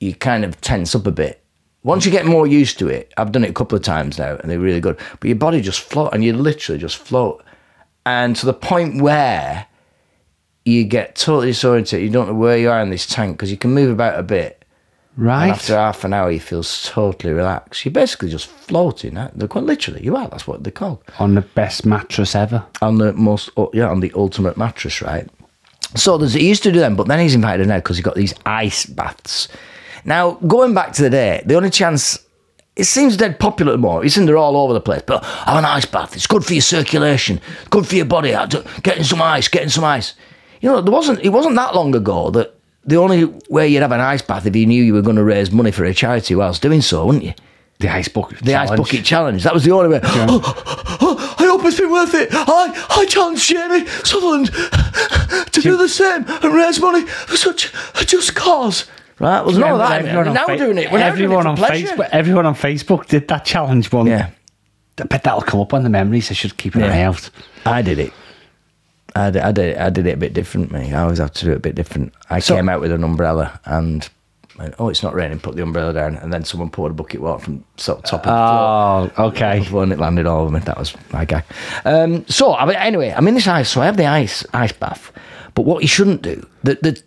Speaker 1: You kind of tense up a bit. Once you get more used to it, I've done it a couple of times now, and they're really good. But your body just float, and you literally just float, and to the point where you get totally disoriented. You don't know where you are in this tank because you can move about a bit. And
Speaker 2: Right.
Speaker 1: after half an hour, you feel totally relaxed. You're basically just floating. eh? They're quite literally. You are. That's what they're called.
Speaker 2: On the best mattress ever.
Speaker 1: On the most, oh, yeah, on the ultimate mattress, right? So there's, he used to do them, but then he's invited now because he got these ice baths. Now going back to the day, the only chance it seems dead popular more. Isn't they're all over the place? But have an ice bath. It's good for your circulation. Good for your body. I do- Getting some ice. Getting some ice. You know, there wasn't. It wasn't that long ago that the only way you'd have an ice bath if you knew you were going to raise money for a charity whilst doing so, wouldn't you?
Speaker 2: The ice bucket.
Speaker 1: The ice bucket challenge. That was the only way. [GASPS] I hope it's been worth it. I, I challenge Jamie Sutherland to do the same and raise money for such a just cause. Right? Well, there's none of
Speaker 2: Remember
Speaker 1: that.
Speaker 2: everyone
Speaker 1: We're
Speaker 2: on
Speaker 1: now
Speaker 2: Fa-
Speaker 1: doing it. We're now doing it
Speaker 2: everyone
Speaker 1: for
Speaker 2: on
Speaker 1: pleasure.
Speaker 2: Facebook. Everyone on Facebook did that challenge one.
Speaker 1: Yeah.
Speaker 2: I bet that'll come up on the memories. I should keep an
Speaker 1: Yeah.
Speaker 2: eye out.
Speaker 1: I did it. I did, I did it. I did it a bit different, me. I always have to do it a bit different. I
Speaker 2: So-
Speaker 1: came out with an umbrella and went, oh, it's not raining. Put the umbrella down, and then someone poured a bucket water from so, top of the floor.
Speaker 2: Oh, okay.
Speaker 1: Before it landed all over me, that was my guy. Um, so I mean, anyway, I'm in this ice. So I have the ice ice bath, but what you shouldn't do, the, the,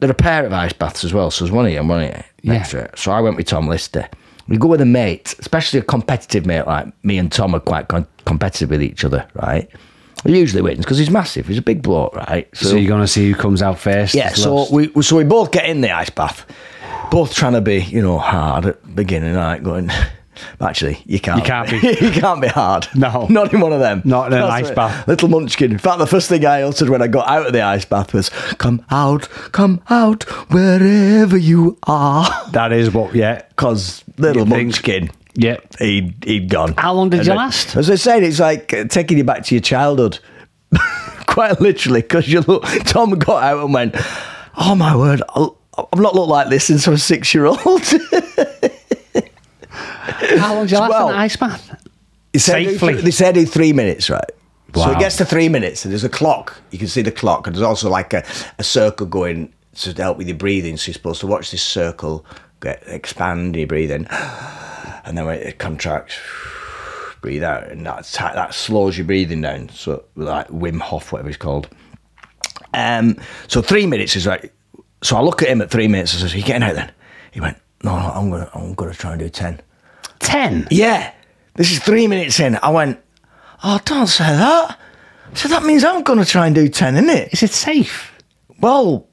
Speaker 1: there are a pair of ice baths as well. So there's one here and one here next
Speaker 2: Yeah.
Speaker 1: to it. So I went with Tom Lister. We go with a mate, especially a competitive mate like me and Tom are quite con- competitive with each other, right? He usually wins because he's massive. He's a big bloke, right?
Speaker 2: So, you're going to see who comes out first.
Speaker 1: yeah.
Speaker 2: is
Speaker 1: So
Speaker 2: lost.
Speaker 1: we so we both get in the ice bath, both trying to be you know hard at the beginning, like going. [LAUGHS] Actually, you can't.
Speaker 2: You can't
Speaker 1: [LAUGHS]
Speaker 2: be.
Speaker 1: you can't be hard.
Speaker 2: No.
Speaker 1: [LAUGHS] not in one of them.
Speaker 2: Not in an ice
Speaker 1: it.
Speaker 2: bath.
Speaker 1: Little munchkin. In fact, the first thing I uttered when I got out of the ice bath was, "Come out, come out, wherever you are,"
Speaker 2: that is what.
Speaker 1: [LAUGHS]
Speaker 2: Yeah.
Speaker 1: because little
Speaker 2: You think-
Speaker 1: munchkin.
Speaker 2: Yeah.
Speaker 1: He'd, he'd gone.
Speaker 2: How long did
Speaker 1: And
Speaker 2: you
Speaker 1: it-
Speaker 2: last?
Speaker 1: As I said, it's like uh, taking you back to your childhood. [LAUGHS] Quite literally, because you look, Tom got out and went, Oh my word, I'll, I've not looked like this since I was six year old. [LAUGHS]
Speaker 2: How long did you last
Speaker 1: Well-
Speaker 2: in the ice bath? Safely.
Speaker 1: They said in three minutes, right? So
Speaker 2: Wow.
Speaker 1: it gets to three minutes, and there's a clock. You can see the clock, and there's also like a, a circle going to help with your breathing. So you're supposed to watch this circle get expand your breathing, [GASPS] and then when it contracts, [SIGHS] breathe out, and that that slows your breathing down. So like Wim Hof, whatever it's called. Um, so three minutes is like. So I look at him at three minutes. and says, "Are you getting out then?" He went, "No, no, I'm gonna, I'm gonna try and do 10.
Speaker 2: Ten.
Speaker 1: Yeah, this is three minutes in. I went, oh, don't say that. So that means I'm going to try and do 10, isn't it?
Speaker 2: Is it safe?
Speaker 1: Well,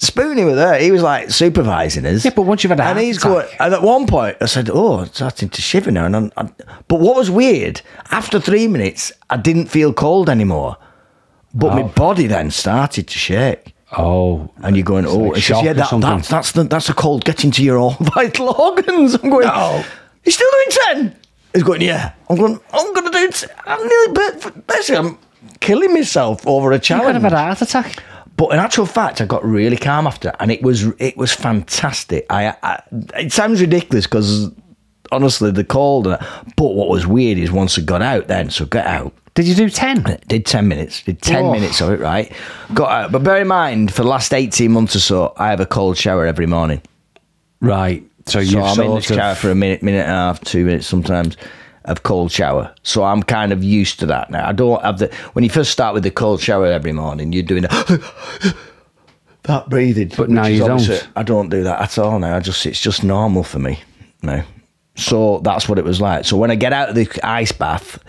Speaker 1: Spoonie were there. He was like supervising us.
Speaker 2: Yeah, but once you've had a
Speaker 1: and
Speaker 2: heart
Speaker 1: he's
Speaker 2: attack.
Speaker 1: going, and at one point I said, oh, it's starting to shiver now. And I'm, I'm- but what was weird, after three minutes, I didn't feel cold anymore. But my
Speaker 2: Oh.
Speaker 1: body then started to shake.
Speaker 2: Oh.
Speaker 1: And you're going, oh,
Speaker 2: like
Speaker 1: she says,
Speaker 2: shock
Speaker 1: yeah,
Speaker 2: or
Speaker 1: that,
Speaker 2: something."
Speaker 1: that's that's the, that's a cold getting to [LAUGHS] your all vital organs. I'm going,
Speaker 2: No.
Speaker 1: you're still doing ten. He's going, yeah. I'm going, I'm going to do. T- I'm nearly, ba- basically, I'm killing myself over a
Speaker 2: You could
Speaker 1: challenge.
Speaker 2: have had a heart attack.
Speaker 1: But in actual fact, I got really calm after, that, and it was it was fantastic. I, I it sounds ridiculous because honestly, the cold. and- But what was weird is once I got out, then so get out.
Speaker 2: Did you do ten?
Speaker 1: Did 10 minutes. Did 10
Speaker 2: Oh.
Speaker 1: minutes of it, right? Got out. But bear in mind, for the last 18 months or so, I have a cold shower every morning.
Speaker 2: Right. So,
Speaker 1: So
Speaker 2: you've
Speaker 1: I'm in the
Speaker 2: sort of-
Speaker 1: shower for a minute, minute and a half, two minutes sometimes of cold shower. So I'm kind of used to that now. I don't have the. When you first start with the cold shower every morning, you're doing that. that breathing.
Speaker 2: But now
Speaker 1: which is
Speaker 2: you don't.
Speaker 1: obviously- I don't do that at all now. I just it's just normal for me now. So that's what it was like. So when I get out of the ice bath,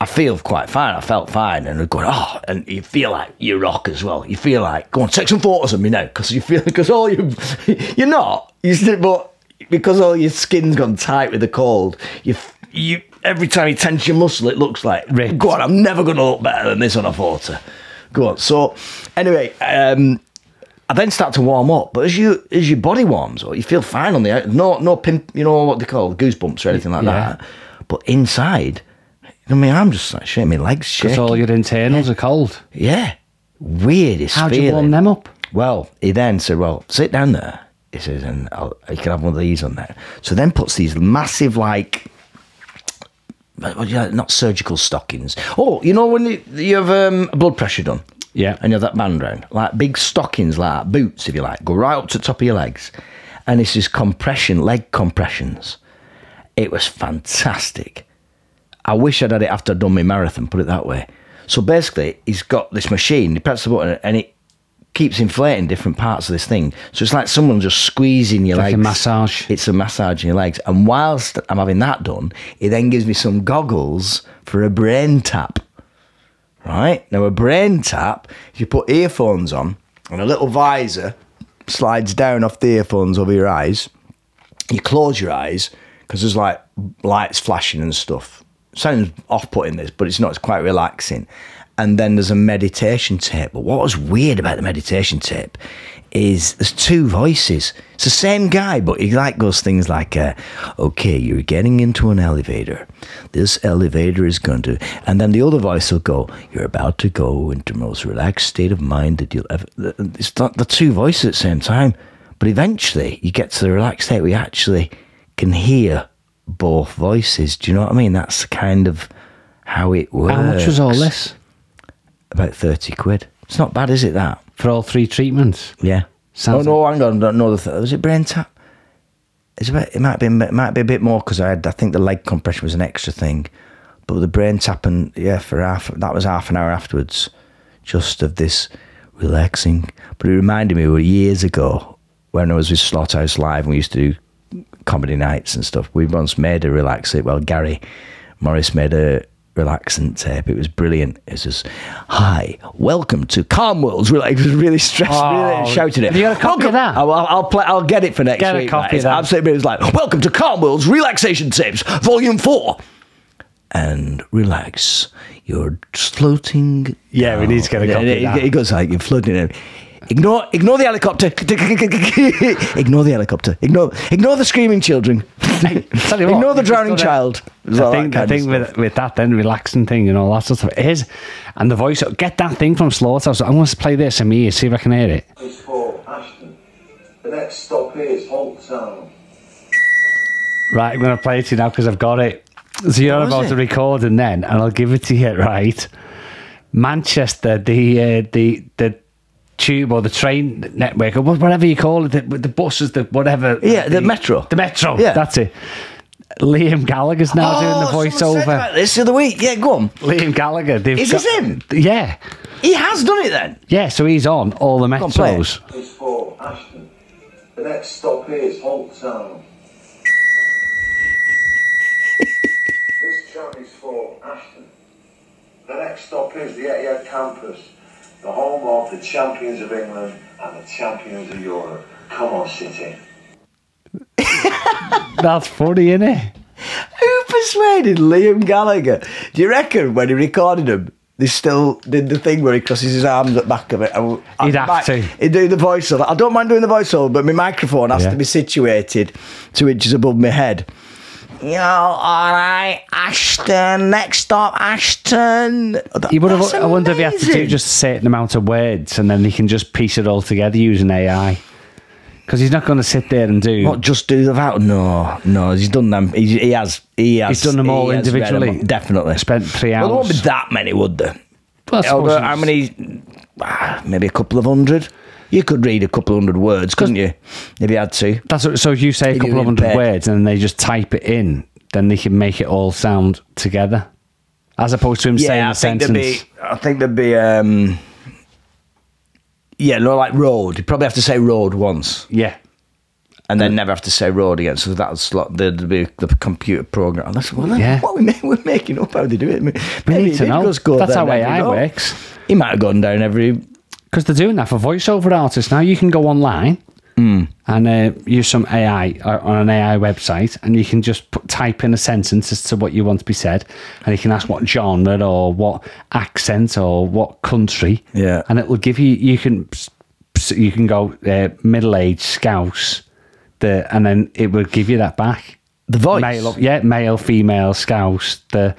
Speaker 1: I feel quite fine. I felt fine, and I go, oh, and you feel like you rock as well. You feel like go on, take some photos of me now, because you feel because all you [LAUGHS] you're not, you see, but because all your skin's gone tight with the cold, you you every time you tense your muscle, it looks like
Speaker 2: Ripped.
Speaker 1: go on, I'm never going to look better than this on a photo. Go on. So anyway, um, I then start to warm up, but as you as your body warms up, you feel fine on the out. No, no pimp. You know what they call goosebumps or anything like
Speaker 2: Yeah.
Speaker 1: that. But inside, I mean, I'm just like shit. My legs shake.
Speaker 2: Because all your internals are cold.
Speaker 1: yeah, weirdest
Speaker 2: How do
Speaker 1: feeling.
Speaker 2: you warm them up?
Speaker 1: Well, he then said, "Well, sit down there." He says, "And I'll, you can have one of these on there." So then puts these massive, like, well, yeah, not surgical stockings. Oh, you know when you, you have um, blood pressure done,
Speaker 2: Yeah.
Speaker 1: and you have that band round, like big stockings, like that, boots, if you like, go right up to the top of your legs, and this is compression, leg compressions. It was fantastic. I wish I'd had it after I'd done my marathon, put it that way. So basically, he's got this machine, he presses the button and it keeps inflating different parts of this thing. So it's like someone just squeezing your
Speaker 2: Like a
Speaker 1: legs.
Speaker 2: massage.
Speaker 1: It's a massage in your legs. And whilst I'm having that done, he then gives me some goggles for a brain tap. Right? Now, a brain tap, if you put earphones on and a little visor slides down off the earphones over your eyes, you close your eyes because there's like lights flashing and stuff. Sounds off putting this, but it's not. It's quite relaxing. And then there's a meditation tape. But what was weird about the meditation tape is there's two voices. It's the same guy, but he like goes things like, uh, "Okay, you're getting into an elevator. This elevator is going to," and then the other voice will go, "You're about to go into the most relaxed state of mind that you'll ever." It's not the two voices at the same time. But eventually, you get to the relaxed state where you actually can hear both voices. Do you know what I mean? That's kind of how it works.
Speaker 2: How much was all this
Speaker 1: About 30 quid. It's not bad, is it, that?
Speaker 2: for all three treatments?
Speaker 1: Yeah.
Speaker 2: Sounds
Speaker 1: oh, no, hang on. No, no the th- was it brain tap? It's a bit, it might be it might be a bit more because I had I think the leg compression was an extra thing, but the brain tap and yeah for half that was half an hour afterwards, just of this relaxing. But it reminded me of years ago when I was with Slaughterhouse Live and we used to do comedy nights and stuff. We once made a relax it. Well, Gary Morris made a relaxant tape. It was brilliant. It's just hi, welcome to Calm Worlds. Really, it was really stressed.
Speaker 2: Oh,
Speaker 1: really shouted it.
Speaker 2: have you got a copy of
Speaker 1: Welcome-
Speaker 2: that?
Speaker 1: I I'll, I'll play. I'll get it for next
Speaker 2: Get a
Speaker 1: week.
Speaker 2: copy
Speaker 1: mate. It's
Speaker 2: then.
Speaker 1: absolutely. It was like, welcome to Carmwell's relaxation tips, volume four. And relax. You're floating.
Speaker 2: Yeah, we need to get a
Speaker 1: down.
Speaker 2: copy of
Speaker 1: He-
Speaker 2: that.
Speaker 1: He goes like, you're floating. down. Ignore, ignore the helicopter. [LAUGHS] ignore the helicopter. Ignore, ignore the screaming children.
Speaker 2: Tell you
Speaker 1: [LAUGHS]
Speaker 2: what,
Speaker 1: ignore the
Speaker 2: if you've
Speaker 1: drowning
Speaker 2: done it-
Speaker 1: child. It was
Speaker 2: I
Speaker 1: all that
Speaker 2: think, I
Speaker 1: kind of
Speaker 2: think with, with that then relaxing thing and all that sort of stuff it is, and the voice get that thing from Slaughterhouse. I'm going to play this in my ear, see if I can hear it.
Speaker 3: is for Ashton. The next stop is Holt Town.
Speaker 2: Right, I'm going to play it to you now because I've got it. So you're
Speaker 1: What was
Speaker 2: about to
Speaker 1: it?
Speaker 2: record and then, and I'll give it to you. [LAUGHS] Right, Manchester, the uh, the the tube or the train network or wha- whatever you call it, the, the buses, the whatever.
Speaker 1: Yeah, the metro.
Speaker 2: The metro.
Speaker 1: Yeah.
Speaker 2: that's it. Liam Gallagher's now
Speaker 1: Oh,
Speaker 2: doing the
Speaker 1: someone said
Speaker 2: voiceover.
Speaker 1: about this the other week. Yeah, go on.
Speaker 2: Liam Gallagher. they've
Speaker 1: Is
Speaker 2: got-
Speaker 1: this him?
Speaker 2: Yeah.
Speaker 1: He has done it then.
Speaker 2: Yeah, so he's on all the
Speaker 1: on, play it.
Speaker 2: metros.
Speaker 3: Is for Ashton. The next stop is Holt Town. this tram is for Ashton. The next stop is the Etihad campus, the home of the champions of England and the champions of Europe. Come on, City.
Speaker 2: That's funny, isn't it?
Speaker 1: Who persuaded Liam Gallagher? Do you reckon when he recorded him, they still did the thing where he crosses his arms at the back of it? I, I-
Speaker 2: He'd have
Speaker 1: my-
Speaker 2: to.
Speaker 1: He'd do the voiceover. I don't mind doing the voiceover, but my microphone has
Speaker 2: Yeah.
Speaker 1: to be situated two inches above my head. You know, all right, Ashton. Next stop, Ashton. That-
Speaker 2: You would have,
Speaker 1: that's
Speaker 2: I wonder if he had to do
Speaker 1: amazing.
Speaker 2: just a certain amount of words and then he can just piece it all together using AI. Because he's not going to sit there and do.
Speaker 1: What just do the vow? No, no, he's done them. He's, he has, he has.
Speaker 2: He's done them all
Speaker 1: he has read them
Speaker 2: individually.
Speaker 1: all. definitely.
Speaker 2: Spent three
Speaker 1: Well, there won't be
Speaker 2: hours.
Speaker 1: that many, would there?
Speaker 2: Well, I suppose
Speaker 1: Although, how
Speaker 2: it's-
Speaker 1: many? ah, Maybe a couple of hundred. You could read a couple of hundred words, couldn't you? If you had to.
Speaker 2: That's what, so if you say a
Speaker 1: You
Speaker 2: couple of
Speaker 1: in
Speaker 2: hundred
Speaker 1: bed.
Speaker 2: words and they just type it in, then they can make it all sound together. As opposed to him saying
Speaker 1: I
Speaker 2: a
Speaker 1: think
Speaker 2: sentence.
Speaker 1: there'd be. I think there'd be. Um, yeah, no, like road. You probably have to say road once,
Speaker 2: Yeah.
Speaker 1: and then never have to say road again. So that's lot. There'd be the computer program. And That's well,
Speaker 2: Yeah.
Speaker 1: what we make, we're making up how they do it. We
Speaker 2: We need to know. That's how AI works.
Speaker 1: He might have gone down every
Speaker 2: Because they're doing that for voiceover artists now. You can go online
Speaker 1: Hmm.
Speaker 2: and uh, use some AI uh, on an AI website, and you can just put, type in a sentence as to what you want to be said, and you can ask what genre or what accent or what country.
Speaker 1: Yeah.
Speaker 2: and it will give you. You can s- s- you can go uh, middle aged scouse, the and then it will give you that back.
Speaker 1: the voice.
Speaker 2: Male, yeah, male, female, scouse. The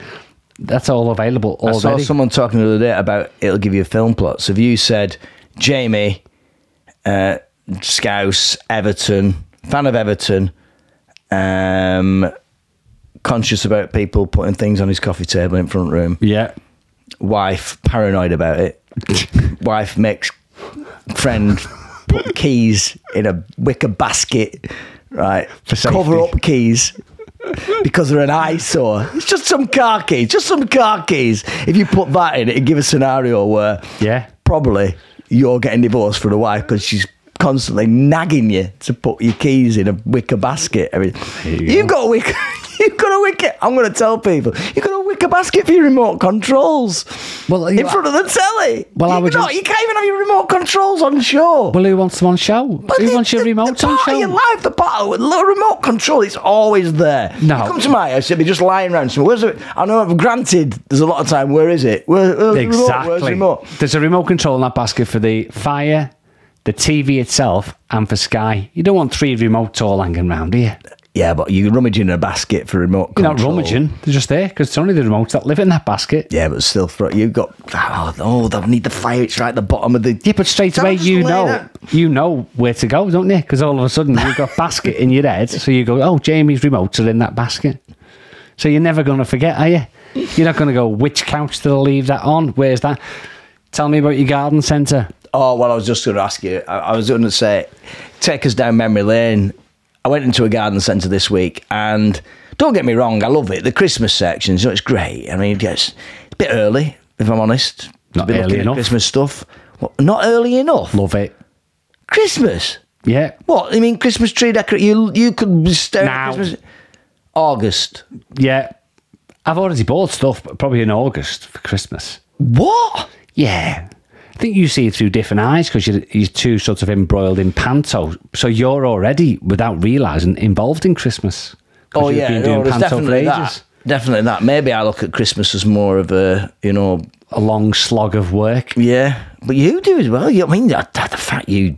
Speaker 2: that's all available
Speaker 1: I saw
Speaker 2: already.
Speaker 1: someone talking the other day about it'll give you a film plot. So if you said Jamie, uh, Scouse, Everton, fan of Everton, um, conscious about people putting things on his coffee table in front room,
Speaker 2: yeah,
Speaker 1: wife paranoid about it,
Speaker 2: [LAUGHS]
Speaker 1: wife makes friend put keys in a wicker basket, right?
Speaker 2: For safety.
Speaker 1: cover up keys. Because they're an eyesore. It's just some car keys. Just some car keys. If you put that in, it'd give a scenario where
Speaker 2: yeah.
Speaker 1: probably you're getting divorced from the wife because she's constantly nagging you to put your keys in a wicker basket. I mean,
Speaker 2: you
Speaker 1: you have got a wicker. [LAUGHS] You've got a wicker. I'm going to tell people you've got a wicker basket for your remote controls.
Speaker 2: Well,
Speaker 1: in
Speaker 2: you-
Speaker 1: front of the telly.
Speaker 2: Well, I
Speaker 1: You've
Speaker 2: would
Speaker 1: not-
Speaker 2: just-
Speaker 1: you can't even have your remote controls on show.
Speaker 2: Well, who wants them on show?
Speaker 1: But
Speaker 2: who
Speaker 1: the-
Speaker 2: wants your
Speaker 1: the-
Speaker 2: remote
Speaker 1: the
Speaker 2: on
Speaker 1: part
Speaker 2: show?
Speaker 1: Of your life, the part with little remote control, it's always there.
Speaker 2: No.
Speaker 1: You come to my house, it'll be just lying around somewhere. Where's it? I know, granted, there's a lot of time. Where is it? Where, where's the remote? Where's the
Speaker 2: Exactly.
Speaker 1: remote?
Speaker 2: There's a remote control in that basket for the fire, the TV itself, and for Sky. You don't want three remotes all hanging round, do you?
Speaker 1: Yeah, but you're rummaging in a basket for remote
Speaker 2: You're
Speaker 1: control.
Speaker 2: not rummaging. They're just there because it's only the remotes that live in that basket.
Speaker 1: Yeah, but still, thro- you've got. Oh, oh, they need the fire. It's right at the bottom of the.
Speaker 2: Yeah, but straight
Speaker 1: Don't
Speaker 2: away
Speaker 1: just
Speaker 2: you
Speaker 1: lay
Speaker 2: know
Speaker 1: that-
Speaker 2: you know where to go, don't you? Because all of a sudden you've got basket in your head, so you go, "Oh, Jamie's remotes are in that basket." So you're never going to forget, are you? You're not going to go, "Which couch did I leave that on? Where's that?" Tell me about your garden centre.
Speaker 1: Oh, well, I was just going to ask you. I, I was going to say, take us down memory lane. I went into a garden centre this week, and don't get me wrong, I love it. The Christmas section, so it's great. I mean, yes, it's a bit early, if I'm honest. to
Speaker 2: Not
Speaker 1: be
Speaker 2: early
Speaker 1: looking at
Speaker 2: enough.
Speaker 1: Christmas stuff. What, not early enough.
Speaker 2: Love it.
Speaker 1: Christmas.
Speaker 2: Yeah,
Speaker 1: What? I mean, Christmas tree decoration. You you could stare
Speaker 2: Now.
Speaker 1: at Christmas. August.
Speaker 2: yeah. I've already bought stuff, but probably in August for Christmas.
Speaker 1: What?
Speaker 2: Yeah. I think you see it through different eyes because you're, you're too sort of embroiled in panto. So you're already, without realising, involved in Christmas. 'cause
Speaker 1: Oh
Speaker 2: you've
Speaker 1: yeah,
Speaker 2: been
Speaker 1: no,
Speaker 2: doing
Speaker 1: there's
Speaker 2: panto for
Speaker 1: definitely that.
Speaker 2: ages.
Speaker 1: Definitely that. Maybe I look at Christmas as more of a you know
Speaker 2: A long slog of work.
Speaker 1: Yeah, but you do as well. You, I mean, that, that- the fact you,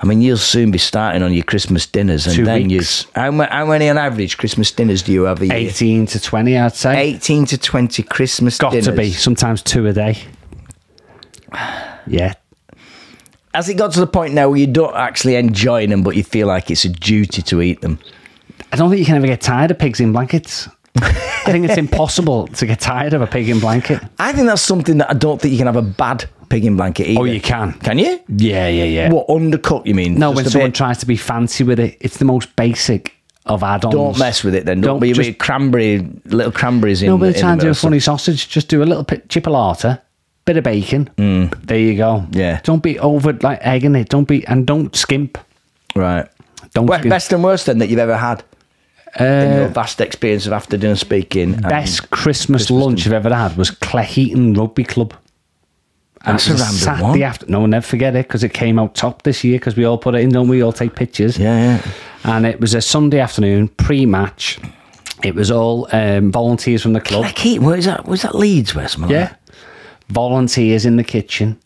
Speaker 1: I mean, you'll soon be starting on your Christmas dinners, and
Speaker 2: Two
Speaker 1: then
Speaker 2: weeks.
Speaker 1: you. How, ma- how many on average Christmas dinners do you have a year?
Speaker 2: 18 to 20, I'd say.
Speaker 1: Eighteen to twenty Christmas
Speaker 2: Got
Speaker 1: dinners.
Speaker 2: to be. Sometimes two a day. Yeah.
Speaker 1: Has it got to the point now where you don't actually enjoy them, but you feel like it's a duty to eat them?
Speaker 2: I don't think you can ever get tired of pigs in blankets. I think
Speaker 1: [LAUGHS]
Speaker 2: it's impossible to get tired of a pig in blanket.
Speaker 1: I think that's something that I don't think you can have a bad pig in blanket either.
Speaker 2: Oh, you can.
Speaker 1: Can you?
Speaker 2: Yeah, yeah, yeah.
Speaker 1: What undercooked? You mean?
Speaker 2: No,
Speaker 1: Just
Speaker 2: when
Speaker 1: a
Speaker 2: someone
Speaker 1: bit-
Speaker 2: tries to be fancy with it, it's the most basic of add-ons.
Speaker 1: Don't mess with it then. Don't,
Speaker 2: Don't
Speaker 1: be a
Speaker 2: just-
Speaker 1: bit cranberry, little cranberries in.
Speaker 2: No,
Speaker 1: the-
Speaker 2: but
Speaker 1: in the
Speaker 2: trying to do
Speaker 1: middle
Speaker 2: a
Speaker 1: or something.
Speaker 2: funny sausage. Just do a little bit chipolata, bit of bacon. There you go.
Speaker 1: Mm. Yeah.
Speaker 2: Don't be over like egging it. Don't be and don't skimp.
Speaker 1: Right.
Speaker 2: Don't
Speaker 1: Well,
Speaker 2: skimp.
Speaker 1: best and worst then that you've ever had in your
Speaker 2: Uh,
Speaker 1: vast experience of after dinner speaking. and-
Speaker 2: best Christmas, lunch I've ever had was Cleheaton Rugby Club. And
Speaker 1: That's
Speaker 2: it was
Speaker 1: a random
Speaker 2: Saturday
Speaker 1: one.
Speaker 2: after. No, I'll never forget it because it came out top this year because we all put it in, don't we? All take pictures.
Speaker 1: Yeah, yeah.
Speaker 2: And it was a Sunday afternoon pre-match. It was all um, volunteers from the club.
Speaker 1: Like he, where is that? Was that Leeds? Where something?
Speaker 2: Yeah.
Speaker 1: Like
Speaker 2: Volunteers in the kitchen.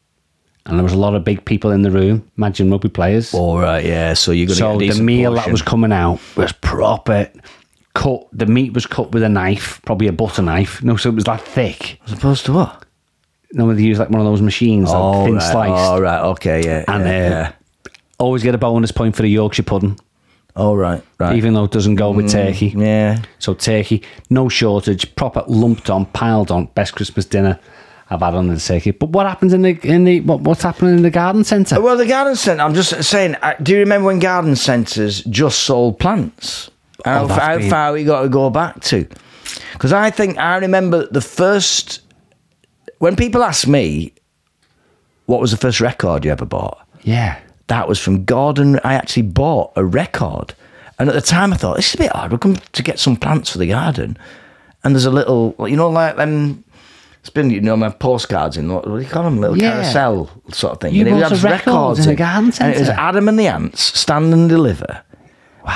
Speaker 2: And there was a lot of big people in the room. Imagine rugby players.
Speaker 1: that? All Oh, right. Yeah. So you're gonna
Speaker 2: so
Speaker 1: get a
Speaker 2: the
Speaker 1: decent
Speaker 2: meal that
Speaker 1: portion.
Speaker 2: was coming out was proper cut. The meat was cut with a knife, probably a butter knife. No, so it was like thick.
Speaker 1: as opposed to what?
Speaker 2: No, they use like one of those machines, like
Speaker 1: All
Speaker 2: thin
Speaker 1: Oh, right,
Speaker 2: sliced.
Speaker 1: All right. Okay. Yeah.
Speaker 2: And
Speaker 1: yeah,
Speaker 2: uh,
Speaker 1: yeah.
Speaker 2: always get a bonus point for the Yorkshire pudding,
Speaker 1: All right. Right. Mm.
Speaker 2: even though it doesn't go with turkey.
Speaker 1: yeah.
Speaker 2: So turkey, no shortage, proper lumped on, piled on, best Christmas dinner I've had on the circuit. But what happens in the in the what, what's happening in the garden centre?
Speaker 1: Uh, Well, the garden centre. I'm just saying. I- Do you remember when garden centres just sold plants? How,
Speaker 2: Oh, that's
Speaker 1: how
Speaker 2: been-
Speaker 1: far we got to go back to? Because I think I remember the first. When people ask me, what was the first record you ever bought?
Speaker 2: Yeah.
Speaker 1: That was from Gordon. I actually bought a record, and at the time I thought this is a bit hard. We're going to get some plants for the garden, and there's a little, you know, like them. It's been, you know, my postcards in what do you call them, little
Speaker 2: Yeah.
Speaker 1: carousel sort of thing.
Speaker 2: You
Speaker 1: it
Speaker 2: bought
Speaker 1: had
Speaker 2: a record in a garden
Speaker 1: And it was
Speaker 2: centre?
Speaker 1: Adam and the Ants, Stand and Deliver,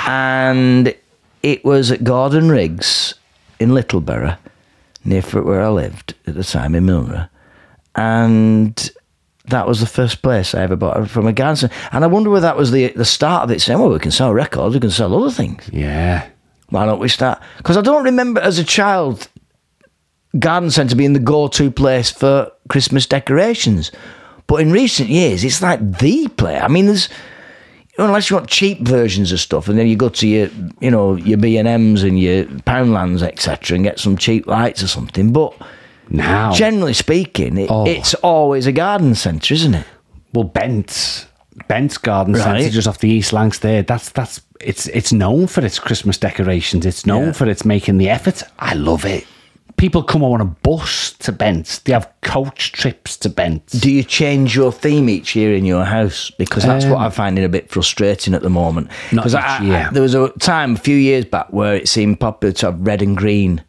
Speaker 1: and it was at Gordon Riggs in Littleborough, near fr- where I lived at the time in Milnrow, and that was the first place I ever bought from a garden. centre. And I wonder whether that was the the start of it, saying, "Well, we can sell records, we can sell other things."
Speaker 2: Yeah.
Speaker 1: Why don't we start? Because I don't remember as a child garden centre being the go-to place for Christmas decorations. But in recent years, it's like the place. I mean, there's unless you want cheap versions of stuff, and then you go to your, you know, your B and M's and your Poundlands, etc., and get some cheap lights or something. But
Speaker 2: Now.
Speaker 1: generally speaking, it,
Speaker 2: Oh.
Speaker 1: it's always a garden centre, isn't it?
Speaker 2: well, Bent's Bent's Garden Centre
Speaker 1: Right.
Speaker 2: just off the East Lancs there. That's that's it's it's known for its Christmas decorations. It's known
Speaker 1: Yeah.
Speaker 2: for its making the effort. I love it. People come on a bus to Bent's. They have coach trips to Bent's.
Speaker 1: Do you change your theme each year in your house? Because that's what
Speaker 2: Um,
Speaker 1: I'm finding a bit frustrating at the moment.
Speaker 2: Not
Speaker 1: 'Cause
Speaker 2: each
Speaker 1: I- I-
Speaker 2: year.
Speaker 1: there was a time a few years back where it seemed popular to have red and green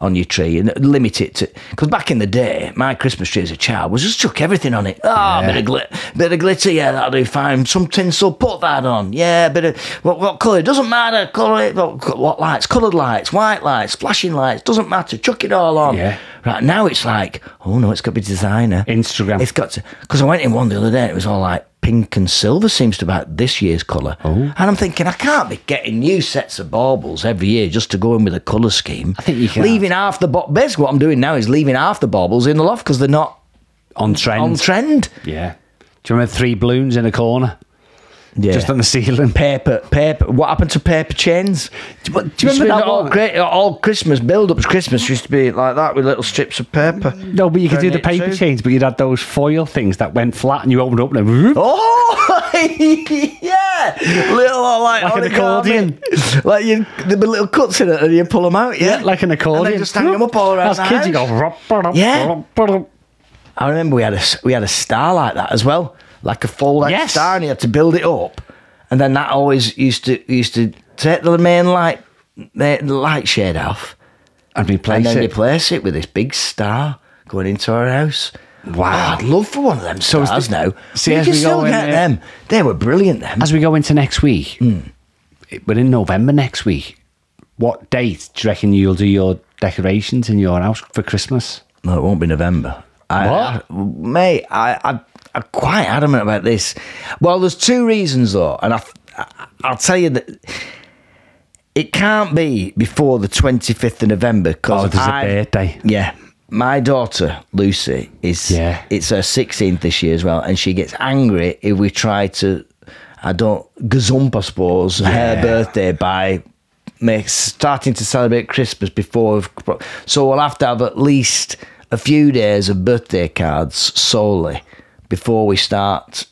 Speaker 1: on your tree and limit it to. Because back in the day, my Christmas tree as a child was just chuck everything on it. Oh, a bit of, glit, bit of glitter, yeah, that'll do fine. Some tinsel, put that on. Yeah, a bit of. What, what colour? Doesn't matter. Colour it. What, what lights? Coloured lights, white lights, flashing lights, doesn't matter. Chuck it all on.
Speaker 2: Yeah.
Speaker 1: Right now it's like, oh no, it's got to be designer.
Speaker 2: Instagram.
Speaker 1: It's got to because I went in one the other day. and It was all like pink and silver seems to be about this year's colour.
Speaker 2: Oh.
Speaker 1: And I'm thinking, I can't be getting new sets of baubles every year just to go in with a colour scheme.
Speaker 2: I think you can.
Speaker 1: Leaving half the... Bo- basically, what I'm doing now is leaving half the baubles in the loft because they're not
Speaker 2: on trend.
Speaker 1: on trend.
Speaker 2: yeah. Do you remember three balloons in a corner,
Speaker 1: Yeah.
Speaker 2: just on the ceiling?
Speaker 1: Paper, paper. What happened to paper chains?
Speaker 2: Do you, do you remember that
Speaker 1: all,
Speaker 2: one?
Speaker 1: cri- all Christmas build-ups? Christmas used to be like that with little strips of paper.
Speaker 2: No, but you could do the
Speaker 1: Turn it
Speaker 2: paper
Speaker 1: to-
Speaker 2: chains, but you'd had those foil things that went flat, and you opened up and then,
Speaker 1: Oh [LAUGHS] yeah, little uh, like,
Speaker 2: Like an
Speaker 1: origami.
Speaker 2: accordion.
Speaker 1: like you, there'd be little cuts in it, and you pull them out. Yeah,
Speaker 2: like an accordion.
Speaker 1: And they just hang them up all around.
Speaker 2: As
Speaker 1: the
Speaker 2: kids, you
Speaker 1: house.
Speaker 2: go.
Speaker 1: Yeah. I remember we had a s- we had a star like that as well, like a full length
Speaker 2: Yes.
Speaker 1: star, and you had to build it up, and then that always used to used to take the main light the light shade off,
Speaker 2: and
Speaker 1: and
Speaker 2: replace
Speaker 1: then
Speaker 2: it.
Speaker 1: replace it with this big star going into our house.
Speaker 2: Wow.
Speaker 1: Oh, I'd love for one of them
Speaker 2: is
Speaker 1: stars
Speaker 2: the-
Speaker 1: now.
Speaker 2: See,
Speaker 1: you
Speaker 2: as
Speaker 1: can
Speaker 2: we go
Speaker 1: still
Speaker 2: in
Speaker 1: get
Speaker 2: there-
Speaker 1: them. They were brilliant. Them.
Speaker 2: As we go into next week, Hmm. it- we're in November next week. What date do you reckon you'll do your decorations in your house for Christmas?
Speaker 1: No, it won't be November. I,
Speaker 2: What?
Speaker 1: I- mate, I, I, I'm quite adamant about this. Well, there's two reasons, though, and I, I, I'll tell you that it can't be before the 25th of November because
Speaker 2: Oh, there's a
Speaker 1: I-
Speaker 2: birthday.
Speaker 1: Yeah. My daughter Lucy is
Speaker 2: Yeah.
Speaker 1: it's her 16th this year as well, and she gets angry if we try to, I don't gazump, I suppose, her birthday by make, starting to celebrate Christmas before. we've- So we'll have to have at least a few days of birthday cards solely before we start.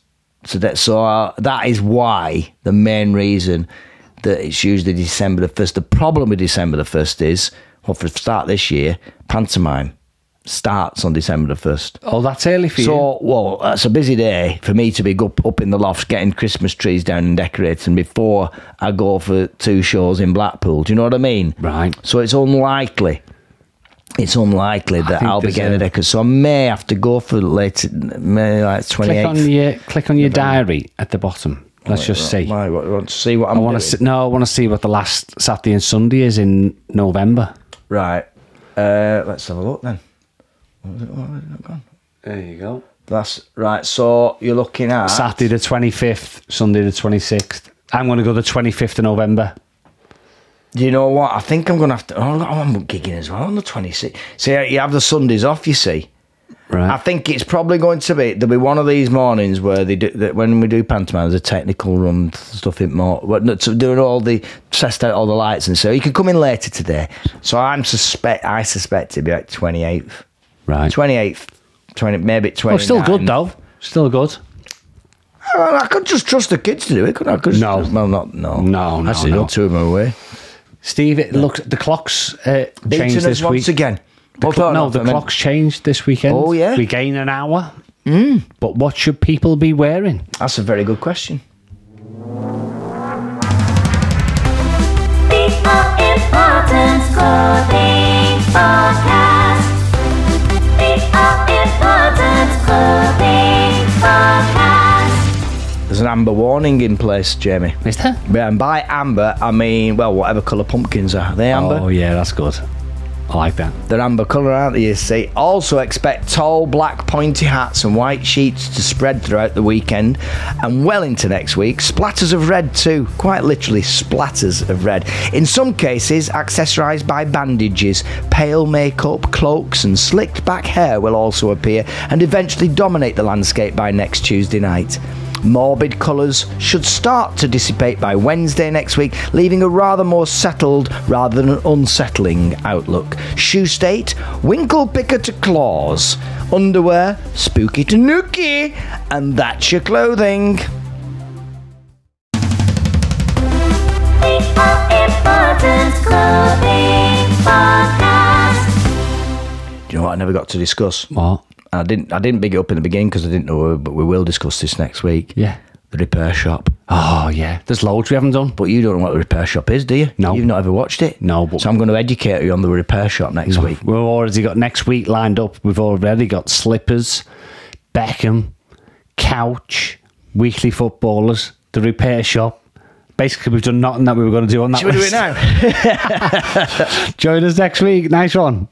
Speaker 1: So that so uh, that is why the main reason that it's usually December the first. The problem with December the first is, well, for the start this year, pantomime starts on December the first.
Speaker 2: Oh, that's early for you.
Speaker 1: So, well, that's a busy day for me to be up, up in the loft getting Christmas trees down and decorating before I go for two shows in Blackpool. Do you know what I mean?
Speaker 2: Right.
Speaker 1: So it's unlikely. It's unlikely that
Speaker 2: think
Speaker 1: I'll be
Speaker 2: there's
Speaker 1: getting
Speaker 2: a-
Speaker 1: a deco. So I may have to go for later, maybe like twenty
Speaker 2: Click
Speaker 1: eighth.
Speaker 2: on your click on your diary at the bottom. Let's just see.
Speaker 1: I want to see what
Speaker 2: I
Speaker 1: I'm
Speaker 2: want to
Speaker 1: doing.
Speaker 2: see, no. I want to see what the last Saturday and Sunday is in November.
Speaker 1: Right. Uh, let's have a look then. Where's it- where's it gone?
Speaker 2: There you go.
Speaker 1: That's right. So you're looking at
Speaker 2: Saturday the twenty fifth, Sunday the twenty sixth. I'm going to go the twenty fifth of November.
Speaker 1: You know what? I think I'm going to have to. Oh, look, I'm gigging as well on the 26th. See, you have the Sundays off, you see. I
Speaker 2: Right.
Speaker 1: think it's probably going to be there'll be one of these mornings where they do that when we do pantomimes, the technical run stuff in more, well, no, so doing all the test out all the lights and so you can come in later today. So I'm suspect I suspect it'd be like 28th,
Speaker 2: Right.
Speaker 1: 28th, 20 maybe 20.
Speaker 2: Oh, still good though. Still good.
Speaker 1: Well, I could just trust the kids to do it, could I? I could
Speaker 2: No.
Speaker 1: just, well, not no,
Speaker 2: No, no,
Speaker 1: Actually,
Speaker 2: no.
Speaker 1: not two of them away.
Speaker 2: Steve, it looks the clocks uh,
Speaker 1: Beating
Speaker 2: changed
Speaker 1: us
Speaker 2: this
Speaker 1: once
Speaker 2: week.
Speaker 1: again.
Speaker 2: The
Speaker 1: Oh,
Speaker 2: clo-
Speaker 1: no,
Speaker 2: no,
Speaker 1: not
Speaker 2: the
Speaker 1: them in.
Speaker 2: clocks changed this weekend.
Speaker 1: Oh, yeah?
Speaker 2: we gain an hour. But what should people be wearing?
Speaker 1: That's a very good question.
Speaker 4: The All Important Clothing Podcast. The All Important Clothing Podcast.
Speaker 1: There's an amber warning in place, Jamie.
Speaker 2: Is there?
Speaker 1: Yeah, And by amber, I mean, well, whatever colour pumpkins are. Are they amber?
Speaker 2: Oh yeah, that's good. I like that.
Speaker 1: They're amber colour, aren't they, you see? Also, expect tall, black, pointy hats and white sheets to spread throughout the weekend and well into next week. Splatters of red, too. Quite literally, splatters of red. In some cases, accessorised by bandages, pale makeup, cloaks, and slicked back hair will also appear and eventually dominate the landscape by next Tuesday night. Morbid colours should start to dissipate by Wednesday next week, leaving a rather more settled rather than an unsettling outlook. Shoe state, winkle picker to claws, underwear, spooky to nookie, and that's your clothing.
Speaker 4: The All Important Clothing Podcast.
Speaker 1: Do you know what I never got to discuss?
Speaker 2: What?
Speaker 1: I didn't. I didn't big it up in the beginning because I didn't know, but we will discuss this next week.
Speaker 2: Yeah.
Speaker 1: the repair shop.
Speaker 2: Oh yeah, there's loads we haven't done.
Speaker 1: But you don't know what the repair shop is, do you?
Speaker 2: No.
Speaker 1: you've not ever watched it.
Speaker 2: No, but-
Speaker 1: so I'm going to educate you on the repair shop next week.
Speaker 2: We've already got next week lined up. We've already got slippers, Beckham, couch, weekly footballers, the repair shop. Basically, we've done nothing that we were going to do on that
Speaker 1: Should we do it
Speaker 2: [LAUGHS] list.
Speaker 1: now?
Speaker 2: Join us next week. Nice one.